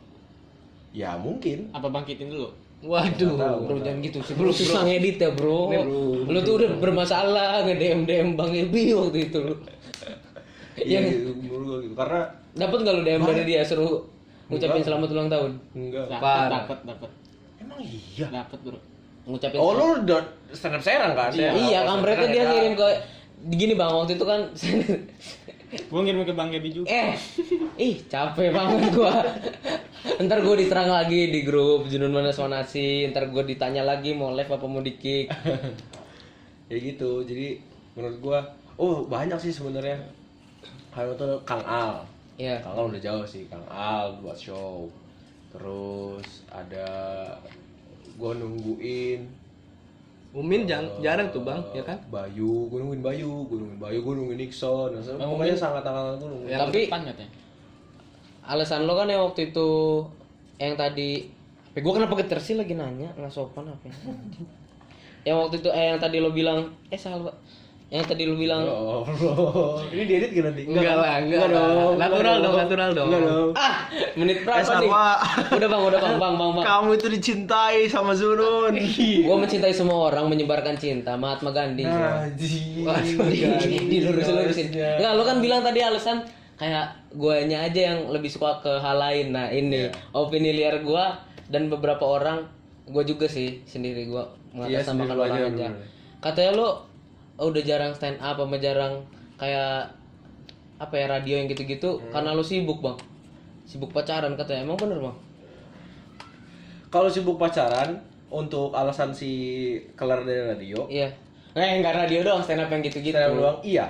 Speaker 3: ya mungkin
Speaker 1: Apa bangkitin dulu?
Speaker 4: Waduh.
Speaker 2: Bro jangan gitu sih bro. Susah ngedit ya bro. Lo tuh udah bermasalah nge DM DM Bang Ebi waktu itu lo.
Speaker 3: iya gitu, menurut gua gitu karena
Speaker 2: Dapat gak lo DM dari dia suruh ngucapin
Speaker 3: Enggak.
Speaker 2: selamat ulang tahun?
Speaker 3: enggak
Speaker 1: Dapat, dapat, dapat.
Speaker 3: emang iya
Speaker 1: Dapat, Bro.
Speaker 4: Iya.
Speaker 2: Ngucapin
Speaker 3: oh lu udah stand up serang kan ya
Speaker 2: selamat- Iya, kampretnya dia ngirim ke gini Bang waktu itu kan
Speaker 1: Gua ngirim ke Bang Gebi juga.
Speaker 2: eh ih capek banget gua ntar gua diserang lagi di grup Junun Manas Manasi ntar gua ditanya lagi mau live apa mau di kick
Speaker 3: ya gitu jadi menurut gua oh banyak sih sebenarnya kalau itu Kang Al
Speaker 2: Iya.
Speaker 3: Kang Al Eh, udah jauh sih Kang Al buat show terus ada gua nungguin eh,
Speaker 4: Umin jang- jarang tuh bang, ya kan?
Speaker 3: Bayu, gue nungguin Bayu, gue nungguin Bayu, gue nungguin Nixon, dan sebagainya. pokoknya sangat tangan gue nungguin.
Speaker 4: Ya.
Speaker 2: tapi
Speaker 1: Depan katanya.
Speaker 2: alasan lo kan yang waktu itu yang tadi tapi gua kenapa geter sih lagi nanya nggak sopan apa ya? yang waktu itu eh yang tadi lo bilang eh salah yang tadi lu bilang
Speaker 3: Oh, Allah. ini diedit gak nanti?
Speaker 4: Enggak
Speaker 3: kan?
Speaker 4: lah, enggak lah. Natural dong, natural dong.
Speaker 3: Enggak dong.
Speaker 2: ah menit berapa
Speaker 3: Es
Speaker 2: nih
Speaker 3: apa?
Speaker 2: udah bang udah bang bang bang bang
Speaker 3: Kamu itu dicintai sama Zunun.
Speaker 2: gue mencintai semua orang menyebarkan cinta Mahatma Gandhi
Speaker 3: Anjing.
Speaker 2: Waduh, di- dilurusin lurusin. Enggak, lu kan bilang tadi alasan kayak guanya aja yang lebih suka ke hal lain. Nah, ini opini liar gua dan beberapa orang gua juga sih Iya, sendiri gua mengatasnamakan
Speaker 3: sendiri lu
Speaker 2: orang
Speaker 3: aja,
Speaker 2: aja.
Speaker 3: bener.
Speaker 2: Katanya lu udah jarang stand up sama jarang kayak apa ya radio yang gitu-gitu karena lu sibuk, Bang. Sibuk pacaran katanya. Emang bener, Bang?
Speaker 3: Kalau sibuk pacaran untuk alasan si kelar dari radio,
Speaker 2: Iya. Eh, enggak radio doang stand up yang gitu-gitu.
Speaker 3: saya bilang iya.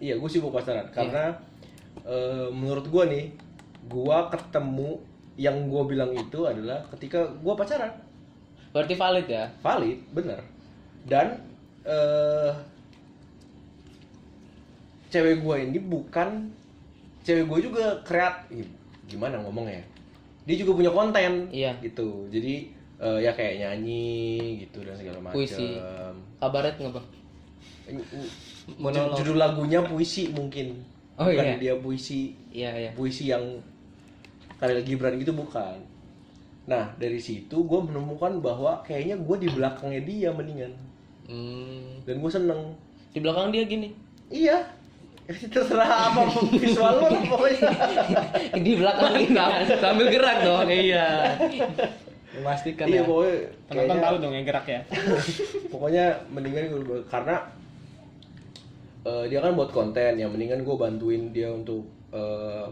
Speaker 3: Iya, gue sibuk pacaran karena eh, menurut gue nih, gue ketemu yang gue bilang itu adalah ketika gue pacaran.
Speaker 2: Berarti valid ya?
Speaker 3: valid bener dan eh cewek gue ini bukan cewek gue juga kreat ih, gimana ngomongnya ya? dia juga punya konten
Speaker 2: Iya.
Speaker 3: gitu jadi eh, ya kayak nyanyi gitu dan segala macam
Speaker 2: Puisi. Kabaret nggak, Bang?
Speaker 4: Monolog.
Speaker 3: judul lagunya puisi mungkin
Speaker 2: Oh,
Speaker 3: bukan
Speaker 2: iya.
Speaker 3: dia puisi
Speaker 2: Iya, iya.
Speaker 3: puisi yang Karel Gibran gitu bukan nah dari situ gue menemukan bahwa kayaknya gue di belakangnya dia mendingan
Speaker 4: Hmm.
Speaker 3: dan gue seneng
Speaker 2: Di belakang dia gini.
Speaker 3: iya terserah apa visual lo pokoknya
Speaker 2: di belakang kita
Speaker 4: Sambil gerak dong, iya. Memastikan
Speaker 3: iya
Speaker 4: ya.
Speaker 3: pokoknya
Speaker 1: Penonton
Speaker 3: kayaknya-
Speaker 1: tahu dong yang gerak ya.
Speaker 3: pokoknya mendingan gue karena eh, dia kan buat konten ya mendingan gue bantuin dia untuk eh,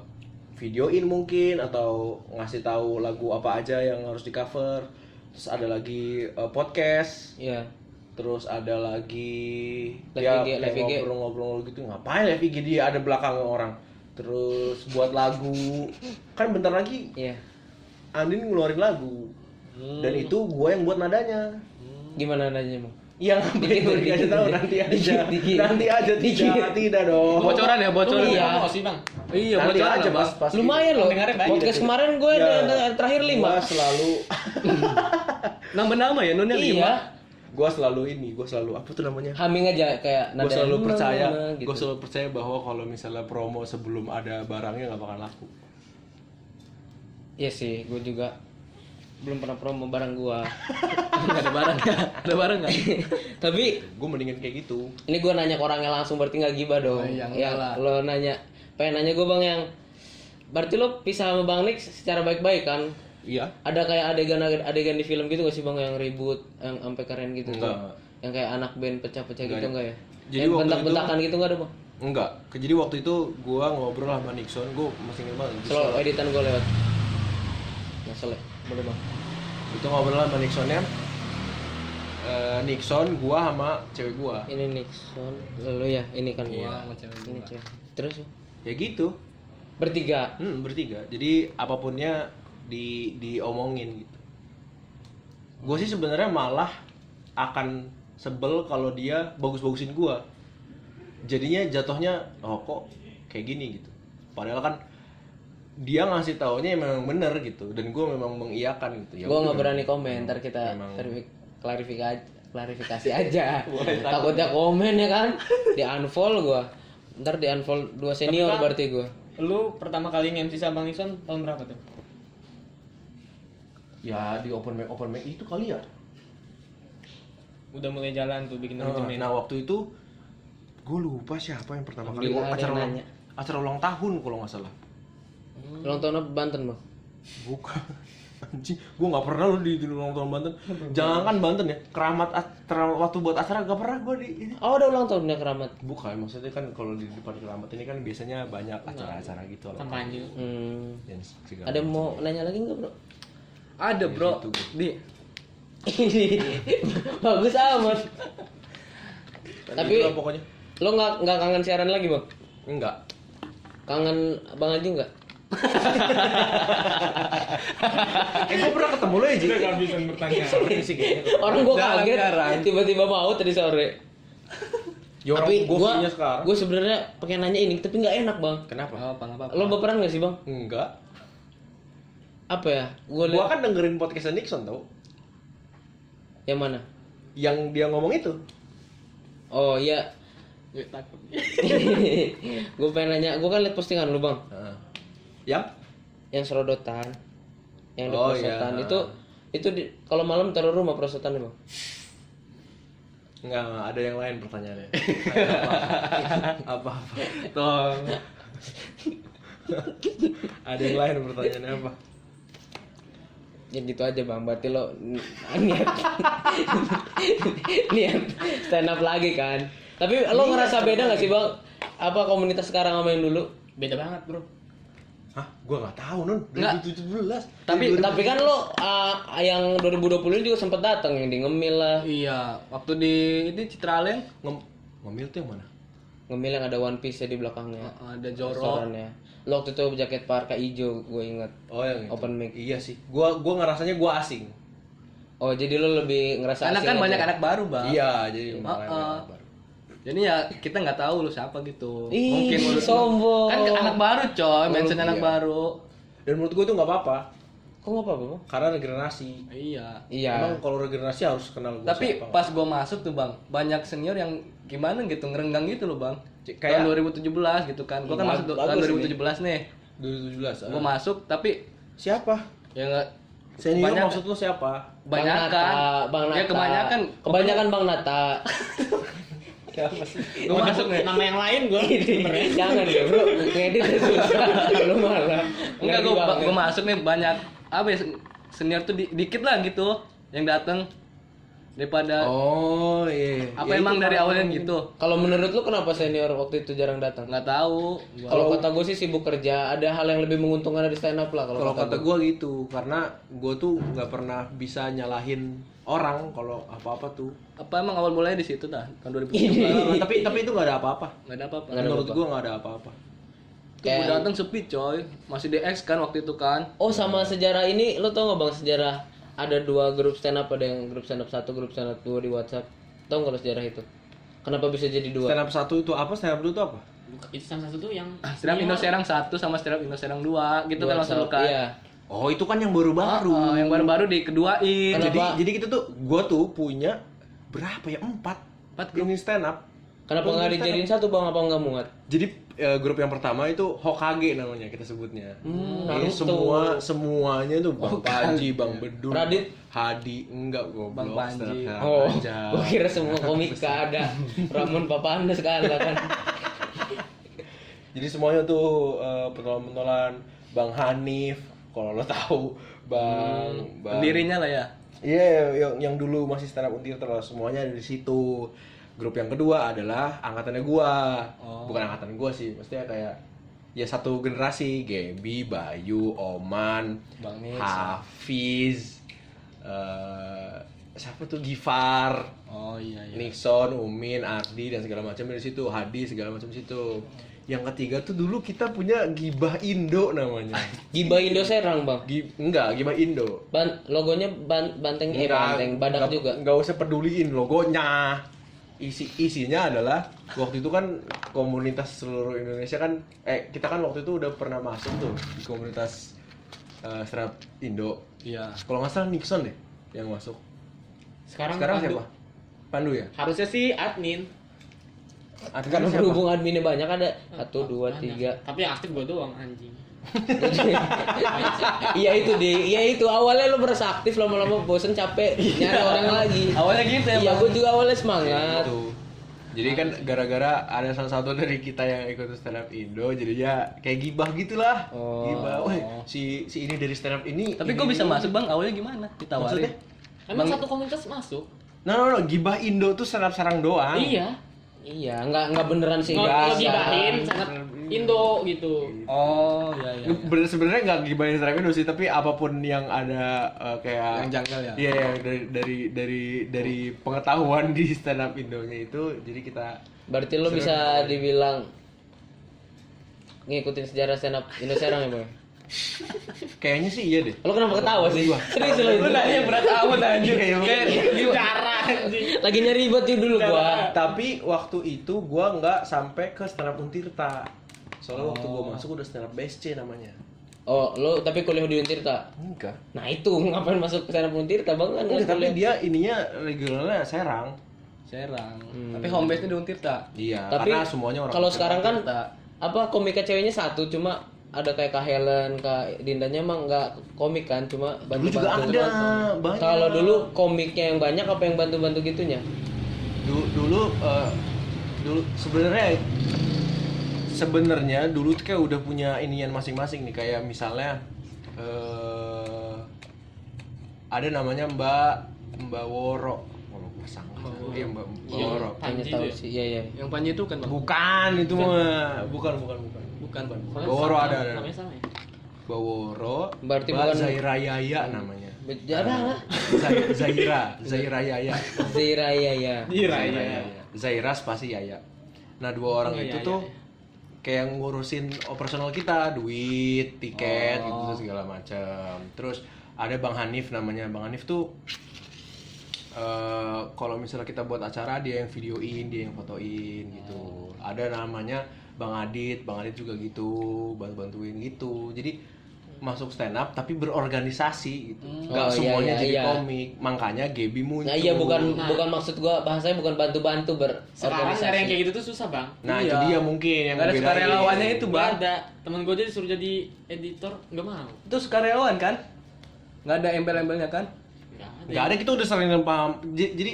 Speaker 3: videoin mungkin atau ngasih tahu lagu apa aja yang harus di cover terus ada lagi eh, podcast
Speaker 2: Iya.
Speaker 3: terus ada lagi
Speaker 2: Live IG,
Speaker 3: dia kayak
Speaker 2: live IG.
Speaker 3: ngobrol-ngobrol gitu ngapain live IG dia ada belakang orang terus buat lagu kan bentar lagi
Speaker 2: Iya.
Speaker 3: Andin ngeluarin lagu dan
Speaker 2: Hmm.
Speaker 3: itu gue yang buat nadanya
Speaker 2: Gimana nanya mau?
Speaker 3: yang
Speaker 2: Iya,
Speaker 3: ngapain
Speaker 2: Dikit,
Speaker 3: gue dikasih
Speaker 2: dikit,
Speaker 3: tahu
Speaker 2: dikit.
Speaker 3: nanti aja
Speaker 2: Dikit, dikit.
Speaker 3: nanti aja
Speaker 2: Dikit.
Speaker 3: tidak tidak dong
Speaker 4: Bocoran ya, bocoran.
Speaker 2: Iya.
Speaker 1: Apa sih, Bang?
Speaker 4: Iya,
Speaker 3: nanti
Speaker 4: bocoran
Speaker 3: aja
Speaker 4: lah,
Speaker 3: pas
Speaker 4: Bang.
Speaker 3: pas
Speaker 2: Lumayan loh.
Speaker 1: Pendengarnya banyak
Speaker 2: Podcast kemarin gue
Speaker 3: Ya.
Speaker 2: terakhir
Speaker 3: gue
Speaker 2: lima.
Speaker 3: selalu
Speaker 4: Nama-nama ya, Nunnya lima.
Speaker 2: Iya.
Speaker 3: gue selalu ini gue selalu apa tuh namanya
Speaker 2: Haming aja kayak
Speaker 3: gue selalu
Speaker 2: "Mama,
Speaker 3: percaya
Speaker 2: mama," gitu.
Speaker 3: gue selalu percaya bahwa kalau misalnya promo sebelum ada barangnya nggak bakal laku
Speaker 2: Iya sih, gue juga belum pernah promo barang gua.
Speaker 4: Nggak ada barang nggak? Ada barang nggak?
Speaker 2: Tapi
Speaker 3: gue mendingan kayak gitu
Speaker 2: ini gue nanya ke orangnya langsung berarti nggak gibah
Speaker 4: Oh,
Speaker 2: dong.
Speaker 4: iya, enggak
Speaker 2: Ya,
Speaker 4: lah.
Speaker 2: lo nanya, pengen nanya gue bang yang berarti lo pisah sama bang Nick secara baik-baik kan?
Speaker 3: iya
Speaker 2: ada kayak adegan adegan di film gitu gak sih bang yang ribut yang sampai keren gitu tuh?
Speaker 3: Enggak.
Speaker 2: yang kayak anak band pecah-pecah gitu enggak ya
Speaker 3: Jadi
Speaker 2: yang
Speaker 3: waktu
Speaker 2: bentak-bentakan gitu enggak ada bang
Speaker 3: enggak Ke- jadi waktu itu gue ngobrol sama Nixon gue masih ingat banget
Speaker 2: selalu editan gue lewat nggak selek boleh bang
Speaker 3: itu ngobrol sama Nixonnya Eh, Nixon gue sama cewek gue
Speaker 2: ini Nixon lalu ya ini kan gua
Speaker 4: Iya, sama cewek
Speaker 2: ini cewek terus Bang?
Speaker 3: ya gitu
Speaker 2: bertiga
Speaker 3: Hmm, bertiga. Jadi apapunnya di diomongin gitu. Gue sih sebenarnya malah akan sebel kalau dia bagus-bagusin gue. Jadinya jatuhnya oh kok kayak gini gitu. Padahal kan dia ngasih taunya memang bener gitu dan gue memang mengiyakan gitu ya.
Speaker 2: gue nggak
Speaker 3: udah.
Speaker 2: berani komen ntar kita
Speaker 3: Emang.
Speaker 2: klarifikasi klarifikasi aja takutnya komen ya kan di unfollow gue ntar di unfollow dua senior
Speaker 1: Tapi, Bang,
Speaker 2: berarti gue
Speaker 1: Lu pertama kali nge-MC sama Bang Nixon tahun berapa tuh?
Speaker 3: Ya di open mic open mic itu kali ya.
Speaker 1: Udah mulai jalan tuh bikin
Speaker 4: Oh,
Speaker 3: Nah,
Speaker 1: manajemen.
Speaker 3: nah, waktu itu gue lupa siapa yang pertama kali
Speaker 2: Alhamdulillah
Speaker 3: Oh,
Speaker 2: ada
Speaker 3: acara
Speaker 2: yang
Speaker 3: ulang,
Speaker 2: nanya.
Speaker 3: acara ulang tahun kalau nggak salah.
Speaker 4: Hmm.
Speaker 2: ulang tahun apa Banten bang
Speaker 3: Bukan. Anjing, gua nggak pernah lo di di ulang tahun Banten. Jangan kan Banten ya, keramat acara waktu buat acara gak pernah gua di ini.
Speaker 2: oh ada ulang tahunnya keramat
Speaker 3: Bukan, maksudnya kan kalau di depan keramat ini kan biasanya banyak acara-acara gitu loh.
Speaker 1: Sama anjing.
Speaker 2: Hmm.
Speaker 3: Dan
Speaker 2: Nah,
Speaker 3: segala
Speaker 2: Ada mau nanya lagi nggak bro?
Speaker 4: Ada bro.
Speaker 3: situ.
Speaker 4: Di.
Speaker 2: Ini bagus amat.
Speaker 3: macam.
Speaker 2: Tapi-
Speaker 3: Gitu lah pokoknya
Speaker 2: Lo nggak nggak kangen siaran lagi bang?
Speaker 3: enggak.
Speaker 2: Kangen bang Aji nggak?
Speaker 3: eh, gua pernah ketemu lo ya, Ji. Iya,
Speaker 1: Kita kehabisan bertanya.
Speaker 3: Sorry sih kayaknya.
Speaker 2: Orang gue
Speaker 4: Jarang,
Speaker 2: kaget
Speaker 4: jarang.
Speaker 2: tiba-tiba mau tadi sore.
Speaker 3: Ya orang
Speaker 2: tapi
Speaker 3: gua
Speaker 2: gue
Speaker 3: punya sekarang.
Speaker 2: gue sebenarnya pengen nanya ini tapi nggak enak bang.
Speaker 3: Kenapa?
Speaker 4: apa apa.
Speaker 2: Lo baperan nggak sih bang?
Speaker 3: Enggak.
Speaker 2: Apa ya? Gue
Speaker 3: Gua
Speaker 2: lihat
Speaker 3: kan dengerin podcastnya Nixon tau
Speaker 2: yang mana?
Speaker 3: yang dia ngomong itu
Speaker 2: Oh iya,
Speaker 4: Ya, takut.
Speaker 2: gue pengen nanya, gue kan liat postingan lu bang,
Speaker 3: Heeh. yang
Speaker 2: yang serodotan, yang di
Speaker 3: Oh,
Speaker 2: perosotan
Speaker 3: iya.
Speaker 2: itu itu di- kalau malam taruh rumah perosotan ya, bang.
Speaker 3: Enggak, enggak, ada yang lain pertanyaannya. apa? apa?
Speaker 4: Tolong.
Speaker 3: Ada yang lain pertanyaannya apa?
Speaker 2: Ya gitu aja bang, berarti lo ni- niat niat stand up lagi kan. Tapi lo ngerasa beda gak sih bang? Apa komunitas sekarang sama yang dulu?
Speaker 1: Beda banget, Bro.
Speaker 3: Hah? Gua nggak tahu, Nun.
Speaker 2: Nggak.
Speaker 3: 2017.
Speaker 2: Tapi tapi kan lo uh, yang 2020 ini juga sempet datang yang di ngemil lah,
Speaker 4: iya, waktu di ini Citraleng
Speaker 3: Ngem ngemil tuh yang mana?
Speaker 2: ngemil yang ada one piece di belakangnya.
Speaker 4: eh, ada jorok.
Speaker 2: Restorannya. Lo waktu itu jaket parka hijau, gue inget.
Speaker 3: Oh, yang itu.
Speaker 2: Open mic.
Speaker 3: Iya sih. Gua gua ngerasanya gua asing.
Speaker 2: Oh jadi lo lebih ngerasa
Speaker 4: Karena
Speaker 2: asing
Speaker 4: kan
Speaker 2: aja.
Speaker 4: banyak anak baru, Bang.
Speaker 3: Iya, jadi
Speaker 4: Heeh.
Speaker 3: makanya nggak baru.
Speaker 4: Jadi ya kita nggak tahu lu siapa gitu.
Speaker 2: Ih,
Speaker 4: lu
Speaker 2: sombong.
Speaker 4: Kan ke- anak baru, coy. Mention anak baru.
Speaker 3: Dan menurut gua itu nggak apa-apa
Speaker 2: Kok nggak apa-apa? Bang?
Speaker 3: karena regenerasi.
Speaker 4: Iya.
Speaker 2: Iya.
Speaker 3: Emang kalau regenerasi harus kenal gua
Speaker 4: Tapi
Speaker 3: siapa.
Speaker 4: pas gua masuk tuh, Bang, banyak senior yang gimana gitu ngerenggang gitu loh, Bang.
Speaker 3: C- kayak-
Speaker 4: tahun 2017 gitu kan. Gua kan
Speaker 3: Bag-
Speaker 4: masuk tu- tahun
Speaker 3: bagus
Speaker 4: 2017 nih.
Speaker 3: 2017.
Speaker 4: Gua
Speaker 3: ah.
Speaker 4: masuk tapi
Speaker 3: Siapa?
Speaker 4: ya nggak
Speaker 3: Senior
Speaker 4: Banyak-
Speaker 3: maksud lu siapa?
Speaker 2: Bang
Speaker 4: kebanyakan.
Speaker 2: Nata, Bang Nata.
Speaker 4: Ya kebanyakan.
Speaker 2: kebanyakan Bang Nata.
Speaker 4: Gua masuk nih.
Speaker 1: Nama yang lain gua. sebenarnya.
Speaker 2: Iya, Jangan ya bro, ngedit susah. Lu malah.
Speaker 4: Enggak
Speaker 2: Ngeri
Speaker 4: gue
Speaker 2: banget.
Speaker 4: gue masuk nih banyak apa ya sen- senior tuh di- dikit lah gitu yang datang daripada
Speaker 3: Oh, iya.
Speaker 4: apa
Speaker 3: Ya,
Speaker 4: emang
Speaker 3: itu
Speaker 4: dari
Speaker 3: kan.
Speaker 4: awalnya gitu
Speaker 2: Kalau menurut lu kenapa senior waktu itu jarang datang?
Speaker 4: nggak tahu
Speaker 2: Kalau kata gue sih sibuk kerja, ada hal yang lebih menguntungkan dari stand up lah kalau
Speaker 3: kalau kata
Speaker 2: gua.
Speaker 3: gue gitu karena gue tuh nggak pernah bisa nyalahin orang kalau apa-apa tuh
Speaker 4: apa emang awal mulanya di situ dah tahun 2017
Speaker 3: Nah, tapi tapi itu nggak ada apa-apa
Speaker 4: nggak ada apa-apa
Speaker 3: menurut gue nggak ada apa-apa
Speaker 4: Tuh gua datang sepi coy masih DX kan waktu itu kan
Speaker 2: Oh sama sejarah ini, lu tau nggak bang sejarah ada dua grup stand up ada yang grup stand up satu, grup stand up dua di WhatsApp. Tau nggak lu sejarah itu? Kenapa bisa jadi dua?
Speaker 3: stand up satu itu apa stand up dua itu apa
Speaker 1: Buka- Itu sama satu tuh yang
Speaker 4: Stand up Indo Serang satu sama Stand up Indo Serang dua gitu kan langsung lu
Speaker 2: WhatsApp,
Speaker 4: kan
Speaker 2: Iya.
Speaker 3: oh itu kan yang baru-baru
Speaker 4: Oh, yang baru-baru di keduain
Speaker 3: jadi gitu.
Speaker 2: Kenapa?
Speaker 3: jadi kita tuh gue tuh punya berapa ya empat
Speaker 4: Empat
Speaker 3: ini stand up
Speaker 2: Kenapa nggak dijadiin satu bang? Apa nggak muat?
Speaker 3: jadi eh, grup yang pertama itu Hokage namanya kita sebutnya.
Speaker 2: Hmm,
Speaker 3: Jadi
Speaker 2: Naruto.
Speaker 3: semua semuanya itu Bang Panji, Bang Bedul,
Speaker 2: Radit.
Speaker 3: Hadi, enggak goblok. kan,
Speaker 4: Bang Panji.
Speaker 3: stand up
Speaker 2: Oh,
Speaker 3: aja.
Speaker 2: gua kira semua komika ada Ramon Papandes kan lah kan.
Speaker 3: Jadi semuanya tuh eh, pentolan-pentolan Bang Hanif, kalau lo tahu Bang
Speaker 2: Hmm,
Speaker 3: Bang
Speaker 4: pendirinya lah ya
Speaker 3: Iya, yang, yang dulu masih stand up untir terus semuanya ada di situ. Grup yang kedua adalah angkatannya gua.
Speaker 4: Oh.
Speaker 3: Bukan angkatan gua sih, maksudnya kayak ya satu generasi, Gebi, Bayu, Oman,
Speaker 4: Bang Nis.
Speaker 3: Hafiz, eh, siapa tuh Gifar.
Speaker 4: oh iya iya
Speaker 3: Nixon, Umin, Ardi dan segala macam dari situ, Hadi segala macam situ. Yang ketiga tuh dulu kita punya Gibah Indo namanya.
Speaker 2: Giba Indo Serang bang.
Speaker 3: Gi- enggak, Gibah Indo.
Speaker 2: Ban logonya ban- banteng eh banteng badak
Speaker 3: enggak-
Speaker 2: juga.
Speaker 3: Enggak Iya. usah peduliin logonya. Isi isinya adalah waktu itu kan komunitas seluruh Indonesia kan eh kita kan waktu itu udah pernah masuk tuh di komunitas eh, stand up Indo.
Speaker 4: iya
Speaker 3: Kalau nggak salah Nixon deh yang masuk.
Speaker 1: sekarang
Speaker 3: Sekarang
Speaker 1: Pandu.
Speaker 3: siapa? Pandu ya?
Speaker 1: Harusnya sih admin.
Speaker 3: Admin
Speaker 2: Karena
Speaker 3: siapa?
Speaker 2: Kan berhubung adminnya banyak ada satu dua
Speaker 1: Banyak.
Speaker 2: tiga.
Speaker 1: Tapi yang aktif gua doang anjing.
Speaker 2: Iya itu di, iya itu awalnya lo merasa aktif lama-lama bosen capek nyari orang lagi.
Speaker 4: awalnya Iya, gitu ya
Speaker 2: Iya
Speaker 4: bang
Speaker 2: gue juga awalnya semangat.
Speaker 3: gitu. Jadi kan gara-gara ada salah satu dari kita yang ikut stand up Indo, jadinya kayak gibah gitulah.
Speaker 2: Oh.
Speaker 3: Gibah, wah si si ini dari stand up ini.
Speaker 4: tapi
Speaker 3: ini-
Speaker 4: kok bisa
Speaker 3: ini."
Speaker 4: masuk bang awalnya gimana
Speaker 3: Maksudnya?
Speaker 4: ditawarin
Speaker 1: Emang
Speaker 4: Bang-
Speaker 1: satu komunitas masuk?
Speaker 3: No, no, no, gibah Indo tuh stand up sarang doang.
Speaker 1: Iya.
Speaker 2: Iya nggak nggak beneran sih
Speaker 1: Kalau
Speaker 2: guys.
Speaker 1: dibahin sangat Indo gitu.
Speaker 4: oh iya iya iya.
Speaker 3: Bener- sebenarnya nggak gibahin stand up Indo sih, tapi apapun yang ada eh, kayak
Speaker 4: Yang janggal ya?
Speaker 3: Iya, yang dari dari dari dari pengetahuan di stand up Indonya itu, jadi kita
Speaker 2: Berarti lo bisa dibilang ngikutin sejarah stand up Indo Serang ya bang.
Speaker 3: kayaknya sih iya deh.
Speaker 2: Lo kenapa ketawa sih? Serius lo itu.
Speaker 4: berat amat anjir
Speaker 3: Iya, iya.
Speaker 1: Cara anjing.
Speaker 2: Lagi nyari ribet yuk dulu gua.
Speaker 3: Tapi waktu itu gua nggak sampai ke stand up Untirta. Soalnya waktu gua masuk udah stand up BSC namanya.
Speaker 2: Oh, lo tapi kuliah di Untirta.
Speaker 3: Enggak.
Speaker 2: Nah itu ngapain masuk ke sana Untirta bang kan?
Speaker 3: tapi
Speaker 2: kuliah.
Speaker 3: dia ininya regulernya Serang.
Speaker 4: Serang. Tapi home base-nya di Untirta.
Speaker 3: Iya,
Speaker 2: Tapi
Speaker 3: karena semuanya orang
Speaker 2: kalau sekarang kan
Speaker 4: Jakarta.
Speaker 2: apa komika ceweknya satu cuma ada kayak Kak Helen, Kak Dindanya emang nggak komik kan, cuma
Speaker 3: dulu juga
Speaker 2: bantu-bantu gitu
Speaker 3: ada
Speaker 2: doang.
Speaker 3: banyak.
Speaker 2: Kalau dulu komiknya yang banyak apa yang bantu-bantu gitunya?
Speaker 3: dulu dulu, eh, dulu sebenarnya sebenarnya dulu tuh kayak udah punya inian masing-masing nih kayak misalnya eh ada namanya Mbak Mbak Woro kalau nggak salah iya Mbak, Mbak
Speaker 1: Iya.
Speaker 3: Woro
Speaker 2: Hanya
Speaker 1: Panji
Speaker 2: tahu
Speaker 1: dia.
Speaker 2: sih, iya iya.
Speaker 4: Yang Panji itu kan Bang?
Speaker 3: bukan itu mah bukan bukan bukan
Speaker 4: Bukan, Bang.
Speaker 1: Soalnya
Speaker 3: Mbak Woro
Speaker 1: sama-
Speaker 3: ada ada
Speaker 1: Namanya sama ya?
Speaker 3: Mbak Woro
Speaker 2: Berarti
Speaker 3: Mbak
Speaker 2: bukan-
Speaker 3: Zaira Yaya namanya
Speaker 2: Bejara ya lah.
Speaker 3: Zai- Zaira Zaira Yaya
Speaker 2: Zira iya iya. iya,
Speaker 1: Iya,
Speaker 3: Zaira
Speaker 1: iya.
Speaker 3: Yaya. Zaira spasi Yaya. Nah dua orang
Speaker 1: Oh,
Speaker 3: itu
Speaker 1: Yaya,
Speaker 3: tuh
Speaker 1: Yaya.
Speaker 3: kayak ngurusin operasional kita, duit, tiket,
Speaker 2: Oh.
Speaker 3: gitu segala macam. Terus ada Bang Hanif namanya, Bang Hanif tuh eh kalau misalnya kita buat acara dia yang videoin, dia yang fotoin gitu.
Speaker 2: Oh.
Speaker 3: Ada namanya Bang Adit, Bang Adit juga gitu, bantu-bantuin gitu. Jadi masuk stand up tapi berorganisasi gitu.
Speaker 2: Oh,
Speaker 3: Gak
Speaker 2: iya,
Speaker 3: semuanya
Speaker 2: iya,
Speaker 3: jadi
Speaker 2: iya.
Speaker 3: komik. Makanya Gebi muncul.
Speaker 2: Nah iya bukan
Speaker 1: Nah.
Speaker 2: bukan maksud gua bahasanya bukan bantu-bantu
Speaker 1: Sekarang
Speaker 2: berorganisasi.
Speaker 1: nyari yang kayak gitu tuh susah bang
Speaker 3: Nah
Speaker 4: Iya.
Speaker 3: itu dia mungkin yang
Speaker 4: Nggak ada
Speaker 3: membedain.
Speaker 4: sukarelawannya itu,
Speaker 1: Gua
Speaker 4: Bang.
Speaker 1: ada temen gue jadi suruh jadi editor nggak mau
Speaker 4: Itu sukarelawan kan? Nggak ada embel-embelnya kan?
Speaker 1: nggak ada
Speaker 3: Nggak ada kita udah sering paham. J- Jadi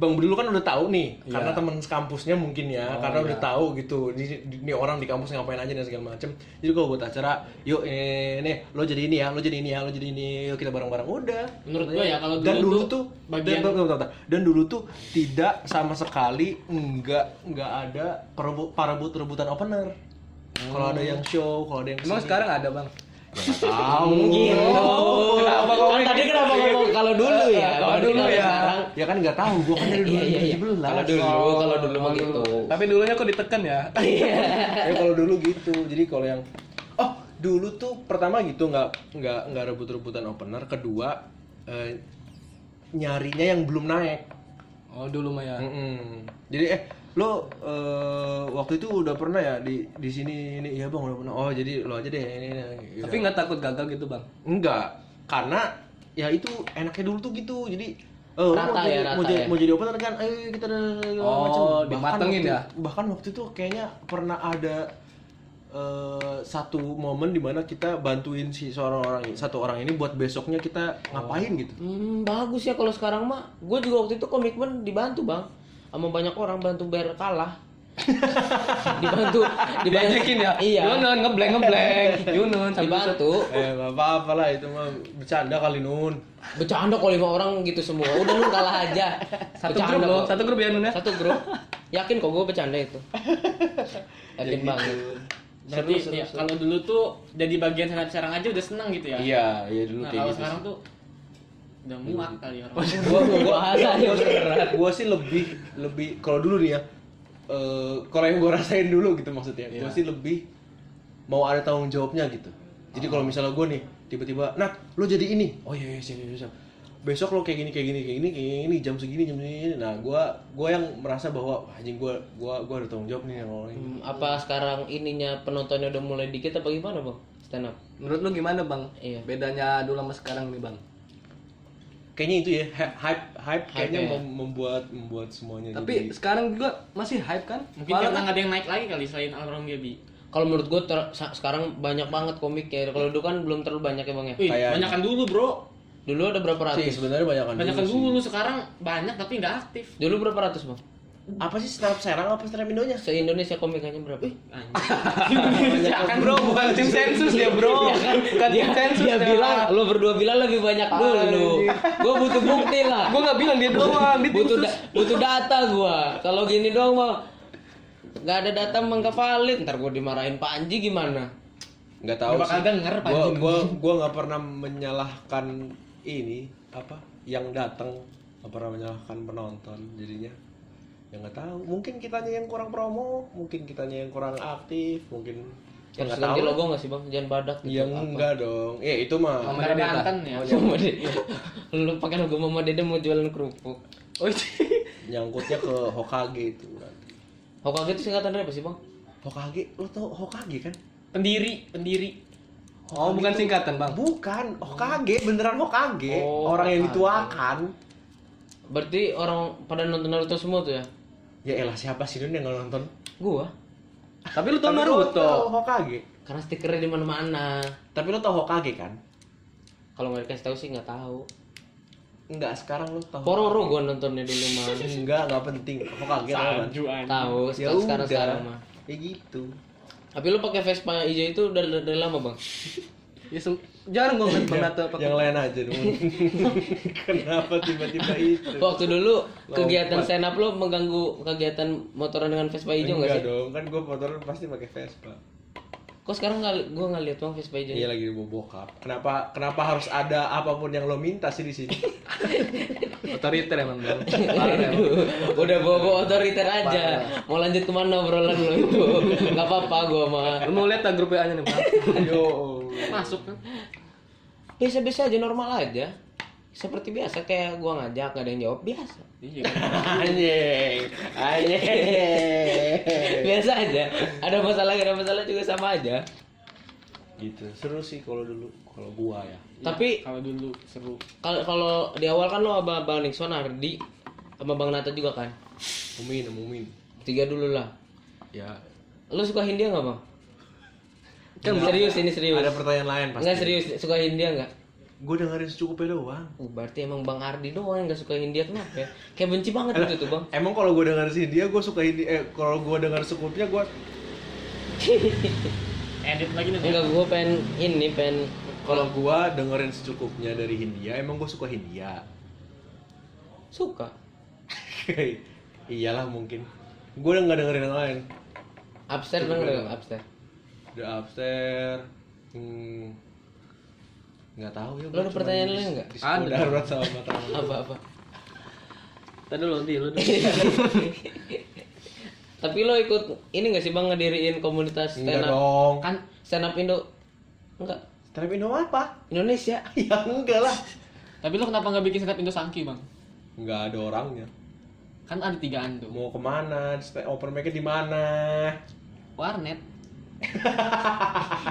Speaker 3: Bang Bedul kan udah tahu nih karena teman sekampusnya mungkin ya karena udah tahu gitu di, di- ini orang di kampus ngapain aja dan segala macem jadi kalau buat acara yuk ini, ini lo jadi ini ya lo jadi ini ya lo jadi ini yuk kita bareng-bareng udah
Speaker 1: Menurut gua ya, kalau
Speaker 3: dan
Speaker 1: dulu
Speaker 3: dulu
Speaker 1: tuh
Speaker 3: tuh dan,
Speaker 1: bagian-
Speaker 3: bentar, bentar, bentar. dan dulu tuh tidak sama sekali nggak nggak ada perebut perebut rebutan opener kalau ada yang show kalau ada yang
Speaker 4: Emang
Speaker 3: kesini.
Speaker 4: sekarang ada bang?
Speaker 3: Ya, nggak tahu
Speaker 2: Oh,
Speaker 3: Kenapa kau
Speaker 2: kan tadi kenapa ngomong kalau dulu ya?
Speaker 3: Kalau
Speaker 2: Berarti
Speaker 3: dulu ya.
Speaker 2: sekarang-
Speaker 3: Ya kan nggak tahu, gua kan dari dulu
Speaker 2: Iya iya iya.
Speaker 3: belum
Speaker 2: Kalau dulu kalau dulu mah gitu.
Speaker 4: Oh. Tapi dulunya kok ditekan ya?
Speaker 3: Ya kalau dulu gitu. Jadi kalau yang oh dulu tuh pertama gitu nggak nggak nggak rebut-rebutan opener. Kedua eh, nyarinya yang belum naik.
Speaker 4: Oh dulu mah ya.
Speaker 3: Mm-mm. Jadi eh lo eh, waktu itu udah pernah ya di di sini ini iya bang udah pernah oh jadi lo aja deh ini, ini, ini.
Speaker 4: Tapi nggak takut gagal gitu bang?
Speaker 3: Enggak, karena ya itu enaknya dulu tuh gitu. Jadi eh, lu
Speaker 2: Rata ya,
Speaker 3: mau, jadi,
Speaker 2: rata
Speaker 3: mau, jadi,
Speaker 2: ya.
Speaker 3: mau jadi opener kan, ayo kita segala
Speaker 4: Oh,
Speaker 3: Bahkan
Speaker 4: dimatengin
Speaker 3: waktu-
Speaker 4: ya?
Speaker 3: Bahkan waktu itu kayaknya pernah ada eh, satu momen dimana kita bantuin si seorang orang satu orang ini buat besoknya kita ngapain gitu.
Speaker 2: Hmm, bagus ya kalau sekarang mah. Gue juga waktu itu komitmen dibantu bang, sama banyak orang bantu bayar kalah. dibantu, dibantu.
Speaker 4: Diajakin ya?
Speaker 2: Iya.
Speaker 4: Yunun ngebleng ngebleng. Yunun sambil
Speaker 2: Dibantu.
Speaker 3: Eh, nggak apa-apa lah itu mah bercanda kali nun.
Speaker 2: Bercanda kok lima orang gitu semua. Udah lu kalah aja.
Speaker 4: satu
Speaker 2: Bercanda
Speaker 4: grup loh,
Speaker 2: kok.
Speaker 4: satu grup ya Nun ya.
Speaker 2: Satu grup. Yakin kok gue bercanda itu. Yakin banget.
Speaker 4: gitu.
Speaker 1: Berarti ya, kalau dulu tuh jadi bagian sarang sarang aja udah senang gitu ya
Speaker 3: Iya, iya dulu
Speaker 1: nah
Speaker 3: kayak
Speaker 1: kalau
Speaker 3: gitu.
Speaker 1: sekarang tuh udah muak kali orang
Speaker 2: iya.
Speaker 3: gua Iya, gua
Speaker 2: Bahasa yang berat.
Speaker 3: gua sih lebih lebih kalau dulu nih ya eh, kalau yang gua rasain dulu gitu maksudnya gua sih lebih mau ada tanggung jawabnya gitu jadi kalau misalnya gua nih tiba-tiba nah lo jadi ini oh iya iya siap siap, siap. besok lo kayak gini kayak gini kayak gini kayak gini jam segini jam segini nah gua gua yang merasa bahwa "Wah, anjing gua gua gua ada tanggung jawab nih sama orang ini
Speaker 2: Hmm, Apa sekarang ininya penontonnya udah mulai dikit apa gimana bang? Stand up.
Speaker 4: Menurut lu gimana bang?
Speaker 2: Iya.
Speaker 4: Bedanya dulu sama sekarang nih bang?
Speaker 3: kayaknya itu ya hy- hype hype kayaknya
Speaker 2: ya.
Speaker 3: mem- membuat membuat semuanya
Speaker 4: Tapi
Speaker 3: jadi-
Speaker 4: sekarang juga masih hype kan?
Speaker 1: mungkin
Speaker 4: Malah-
Speaker 1: karena nggak ada yang naik lagi kali selain almarhum Gaby
Speaker 2: Kalau menurut gue sekarang banyak banget komik ya. Kalau dulu kan belum terlalu banyak ya bang ya.
Speaker 1: Wih,
Speaker 3: Kayak-
Speaker 1: banyakan dulu bro
Speaker 2: Dulu ada berapa
Speaker 3: sih
Speaker 2: ratus?
Speaker 3: sebenarnya banyak kan
Speaker 1: banyakan dulu sekarang banyak tapi nggak aktif
Speaker 2: Dulu berapa ratus bang?
Speaker 3: apa sih stand up Serang apa stand up Indonya
Speaker 2: Se Indonesia komikanya berapa?
Speaker 1: Anjing.
Speaker 4: Kan bro, bukan tim sensus dia bro. Bukan tim sensus
Speaker 2: Iya kan?
Speaker 4: ya.
Speaker 2: Dia bilang, lo berdua bilang lebih banyak dulu. Gue butuh bukti lah.
Speaker 4: Gue nggak bilang dia doang, dia tim
Speaker 2: butuh da- butuh data gua kalau gini doang mah nggak ada data nggak valid ntar gua dimarahin Panji gimana
Speaker 3: nggak tahu
Speaker 1: Nggak bakal
Speaker 3: sih.
Speaker 1: denger, Pak
Speaker 3: gua
Speaker 1: Jim.
Speaker 3: gua gua nggak pernah menyalahkan ini apa yang datang nggak pernah menyalahkan penonton jadinya ya nggak tahu mungkin kitanya yang kurang promo mungkin kitanya yang kurang aktif mungkin ya
Speaker 2: terus
Speaker 3: nggak
Speaker 2: ganti
Speaker 3: tahu
Speaker 2: logo nggak sih bang jangan badak gitu Kan
Speaker 3: yang enggak dong ya itu mah
Speaker 1: Nggak ada Anten ya
Speaker 2: Mama Dede. lu pakai logo Mama Dede mau jualan kerupuk
Speaker 4: Oh iya.
Speaker 3: nyangkutnya ke Hokage itu nanti
Speaker 2: Hokage itu singkatan dari apa sih bang
Speaker 3: Hokage lo tau Hokage kan
Speaker 1: pendiri pendiri
Speaker 4: Oh bukan singkatan bang.
Speaker 3: bukan Hokage beneran Hokage
Speaker 2: Oh,
Speaker 3: orang yang dituakan
Speaker 2: Berarti orang pada nonton Naruto semua tuh ya?
Speaker 3: Ya elah siapa sih Dun yang nggak nonton?
Speaker 2: Gua.
Speaker 4: Tapi lu tau
Speaker 3: Tapi lo tau
Speaker 4: Naruto.
Speaker 3: Hokage.
Speaker 2: Karena stikernya di mana-mana.
Speaker 3: Tapi lo tau Hokage kan?
Speaker 2: Kalau nggak dikasih tahu sih nggak tahu.
Speaker 3: Enggak, sekarang lo tau.
Speaker 2: Pororo gua nontonnya dulu mah.
Speaker 3: Enggak, enggak penting. Hokage tau kan?
Speaker 1: Salju anjing.
Speaker 2: tahu
Speaker 3: Ya
Speaker 2: sekarang sekarang, sekarang
Speaker 3: udah.
Speaker 2: mah.
Speaker 3: Ya gitu.
Speaker 2: Tapi lu pakai Vespa hijau itu udah, udah, udah lama, Bang?
Speaker 4: Ya, seng- jarang gua
Speaker 3: Iya.
Speaker 4: ngeliat Bang Naruto pakai.
Speaker 3: Yang lain aja dong. Kenapa tiba-tiba itu?
Speaker 2: Waktu dulu
Speaker 3: Lompat.
Speaker 2: kegiatan stand up lu mengganggu kegiatan motoran dengan Vespa hijau nggak
Speaker 3: Enggak
Speaker 2: sih?
Speaker 3: dong, kan gue motoran pasti pakai Vespa.
Speaker 2: Kok sekarang nggak gua nggak lihat Bang Vespa hijau.
Speaker 3: Iya lagi mau bokap. Kenapa kenapa harus ada apapun yang lo minta sih di sini?
Speaker 4: Otoriter emang Bang.
Speaker 2: Aduh, udah bobo otoriter aja. Mau lanjut kemana obrolan lo itu? Gak apa-apa gua mah. Ya,
Speaker 4: Lu mau lihat tak grup WA-nya nih, Bang.
Speaker 3: Yo.
Speaker 1: Masuk kan.
Speaker 2: Biasa-biasa aja normal aja. Seperti biasa kayak gua ngajak gak ada yang jawab biasa.
Speaker 1: Iya.
Speaker 3: Anjing. Anjing.
Speaker 2: Biasa aja. Ada masalah gak ada masalah juga sama aja.
Speaker 3: gitu. Seru sih kalau dulu kalau gua ya.
Speaker 2: Tapi
Speaker 1: Kalau dulu seru.
Speaker 2: kalau kalau di awal kan lo sama Bang Nixon Ardi sama Bang Nata juga kan.
Speaker 3: Umumin, umumin.
Speaker 2: Tiga dulu lah.
Speaker 3: Ya.
Speaker 2: Lo suka Hindia nggak bang?
Speaker 3: Kan
Speaker 2: serius ini serius.
Speaker 3: Ada pertanyaan lain pasti.
Speaker 2: Enggak serius suka Hindia nggak?
Speaker 3: Gue dengerin secukupnya doang.
Speaker 2: Uh, berarti emang Bang Ardi doang yang gak suka Hindia kenapa ya? Kayak benci banget gitu tuh bang.
Speaker 3: Emang kalau gue dengar sih dia gue suka ini eh kalau gue dengar secukupnya gue
Speaker 1: Edit lagi nanti.
Speaker 2: Enggak, gue pengen ini, pengen
Speaker 3: kalau gue dengerin secukupnya dari Hindia emang gue suka Hindia.
Speaker 2: suka.
Speaker 3: Iyalah mungkin. Gue udah nggak dengerin yang lain.
Speaker 2: Upstairs
Speaker 3: Suka
Speaker 2: denger
Speaker 3: banget.
Speaker 2: upstairs.
Speaker 3: The Upstairs. Hmm. Nggak tahu ya.
Speaker 2: Lo
Speaker 3: gua
Speaker 2: ada
Speaker 3: cuma
Speaker 2: pertanyaan
Speaker 3: di-
Speaker 2: lain nggak?
Speaker 3: di sekolah
Speaker 4: Ada.
Speaker 3: darurat sama mata.
Speaker 2: Apa-apa.
Speaker 4: Tadi lu di lu dulu.
Speaker 2: Tapi lo ikut ini gak sih bang ngediriin komunitas stand
Speaker 3: Enggak
Speaker 2: up?
Speaker 3: dong.
Speaker 2: Kan stand up Indo enggak
Speaker 3: Stand up Indo apa?
Speaker 2: Indonesia.
Speaker 3: ya enggak lah.
Speaker 1: Tapi lo kenapa nggak bikin sekat Indo Sangki bang?
Speaker 3: Nggak ada orangnya.
Speaker 1: Kan ada tiga Ando.
Speaker 3: Mau kemana? Stand- Open mic-nya di mana?
Speaker 1: Warnet.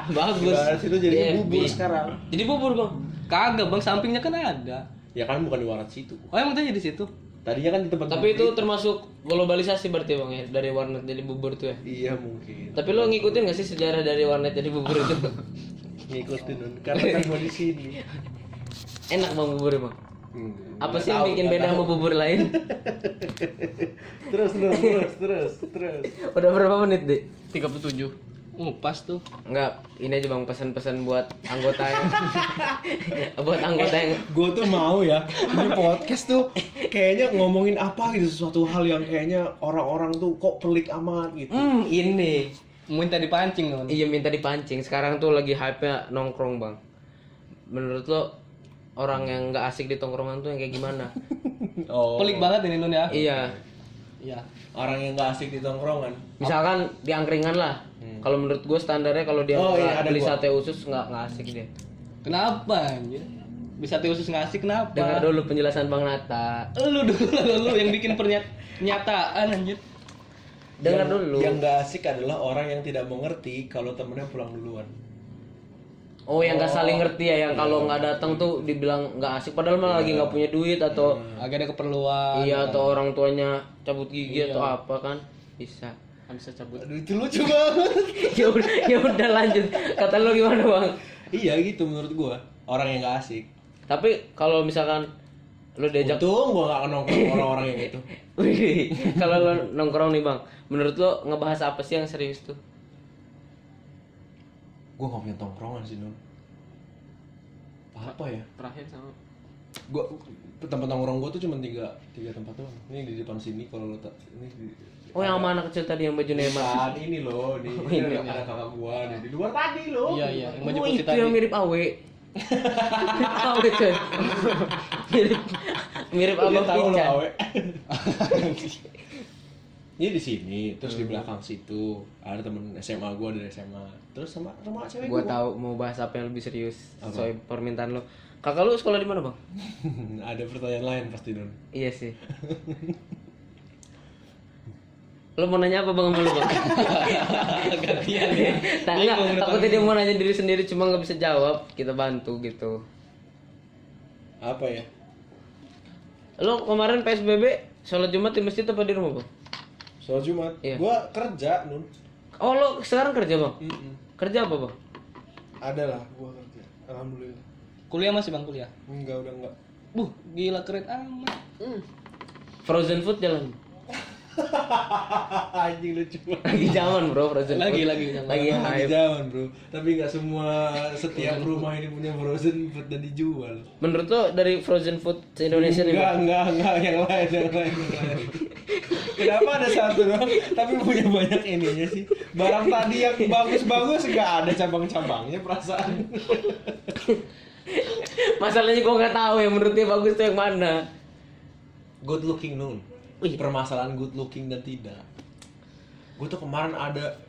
Speaker 2: Bagus.
Speaker 3: Gimana sih itu jadi
Speaker 2: Di
Speaker 3: bubur
Speaker 2: FB.
Speaker 3: sekarang?
Speaker 2: Jadi bubur bang.
Speaker 4: Kagak, Bang, sampingnya kan ada.
Speaker 3: Ya kan bukan di warat situ.
Speaker 4: Oh, emang tadi di situ.
Speaker 3: Tadinya kan di tempat
Speaker 2: Tapi itu termasuk globalisasi berarti bang ya dari warnet jadi bubur tuh ya.
Speaker 3: Iya mungkin.
Speaker 2: Tapi lo ngikutin gak sih sejarah dari warnet jadi bubur itu?
Speaker 3: Ngikutin Nun. karena kan gua di sini.
Speaker 2: Enak bang bubur bang.
Speaker 3: Hmm,
Speaker 2: Apa
Speaker 3: nggak
Speaker 2: sih yang
Speaker 3: tahu,
Speaker 2: bikin
Speaker 3: nggak
Speaker 2: beda
Speaker 3: tahu.
Speaker 2: sama bubur lain?
Speaker 3: Terus terus terus terus terus.
Speaker 2: Udah berapa menit deh?
Speaker 1: 37
Speaker 4: Oh, pas tuh.
Speaker 2: Enggak, ini aja bang pesan-pesan buat anggota yang buat anggota yang
Speaker 3: Gue tuh mau ya, ini podcast tuh kayaknya ngomongin apa gitu sesuatu hal yang kayaknya orang-orang tuh kok pelik amat gitu.
Speaker 2: hmm ini
Speaker 4: Minta dipancing, teman.
Speaker 2: iya minta dipancing sekarang tuh lagi hype nya nongkrong bang menurut lo orang yang nggak asik di tongkrongan tuh yang kayak gimana
Speaker 3: Oh.
Speaker 4: Pelik banget ini Nun ya.
Speaker 2: iya
Speaker 4: Iya.
Speaker 3: Orang yang gak asik di tongkrongan.
Speaker 2: misalkan di angkringan lah kalau menurut gue standarnya kalau dia
Speaker 3: Hmm. Oh, iya,
Speaker 2: nggak
Speaker 3: ada
Speaker 2: beli
Speaker 3: gua.
Speaker 2: sate usus nggak nggak asik dia
Speaker 4: Kenapa anjir? Bisa teh usus ngasih kenapa?
Speaker 2: dengar dulu penjelasan bang Nata
Speaker 4: Lu dulu lu, lu yang bikin pernyataan anjir.
Speaker 2: dengar
Speaker 3: Yang-
Speaker 2: dulu
Speaker 3: Yang gak asik adalah orang yang tidak mengerti kalau temennya pulang duluan.
Speaker 2: Oh yang nggak saling ngerti ya yang
Speaker 3: Iya.
Speaker 2: kalau nggak datang tuh dibilang nggak asik padahal malah lagi nggak punya duit atau
Speaker 4: Agak ada keperluan.
Speaker 2: Iya atau orang tuanya cabut gigi
Speaker 3: Iya.
Speaker 2: atau apa kan bisa.
Speaker 1: Nggak
Speaker 3: Kan
Speaker 1: bisa cabut
Speaker 3: Aduh itu lucu banget.
Speaker 2: ya udah ya udah lanjut. Kata lo gimana bang?
Speaker 3: iya gitu menurut gua orang yang gak asik.
Speaker 2: Tapi kalau misalkan lo diajak,
Speaker 3: Untung gua gak nongkrong orang-orang yang gitu. itu.
Speaker 2: Wih, kalau lo nongkrong nih bang, menurut lo ngebahas apa sih yang serius tuh?
Speaker 3: Gua gak punya tongkrongan sih Nun. Apa ya?
Speaker 1: terakhir sama
Speaker 3: gua tempat nongkrong gua tuh cuma tiga tiga tempat doang ini di depan sini kalau lo tak ini di
Speaker 2: Oh yang sama anak kecil tadi yang baju Neymar.
Speaker 3: depan ini loh di ini ada ada kakak gua di, di luar tadi loh
Speaker 4: Iya, iya, yang baju
Speaker 2: Oh
Speaker 4: putih
Speaker 2: itu
Speaker 4: tadi.
Speaker 2: yang mirip Awe. mirip Awe coy. mirip mirip
Speaker 3: Dia
Speaker 2: Abang
Speaker 3: tahu lo
Speaker 2: Pican.
Speaker 3: awe ini di sini terus di belakang situ ada temen SMA gua dari SMA terus sama rumah cewek
Speaker 2: Gua
Speaker 3: gua
Speaker 2: tahu mau bahas apa yang lebih serius sesuai permintaan lo. Kakak lu sekolah di mana bang?
Speaker 3: ada pertanyaan lain pasti Nun
Speaker 2: Iya sih. lo mau nanya apa bang sama lo bang? Gantian ya. Nah, enggak, takutnya dia mau nanya diri sendiri cuma nggak bisa jawab, kita bantu gitu.
Speaker 3: apa ya
Speaker 2: Lo kemarin PSBB sholat Jumat di masjid apa di rumah, Bang?
Speaker 3: Soal Jumat,
Speaker 2: Iya.
Speaker 3: gua kerja nun.
Speaker 2: Oh, lo sekarang kerja, Bang?
Speaker 3: Mm-mm.
Speaker 2: Kerja apa, Bang?
Speaker 3: Ada lah, gua kerja. Alhamdulillah.
Speaker 4: Kuliah masih bang kuliah.
Speaker 3: Enggak udah enggak.
Speaker 4: Buh, gila keren amat.
Speaker 2: Frozen food jalan.
Speaker 3: Anjing lucu.
Speaker 2: Lagi zaman, Bro, frozen
Speaker 4: Lagi,
Speaker 2: food.
Speaker 4: lagi zaman.
Speaker 2: Lagi
Speaker 3: Lagi
Speaker 2: hype.
Speaker 3: jaman bro. Tapi nggak semua setiap rumah ini punya frozen food dan dijual.
Speaker 2: Menurut lo dari frozen food se Indonesia nih,
Speaker 3: Enggak,
Speaker 2: Bang?
Speaker 3: enggak, enggak, yang lain, yang lain, yang lain. Kenapa ada satu doang, tapi punya banyak ininya sih. Barang tadi yang bagus-bagus enggak ada cabang-cabangnya perasaan.
Speaker 2: Masalahnya gua nggak tahu yang menurut dia bagus tuh yang mana.
Speaker 3: Good looking nun. Permasalahan good looking dan tidak. Gue tuh kemarin ada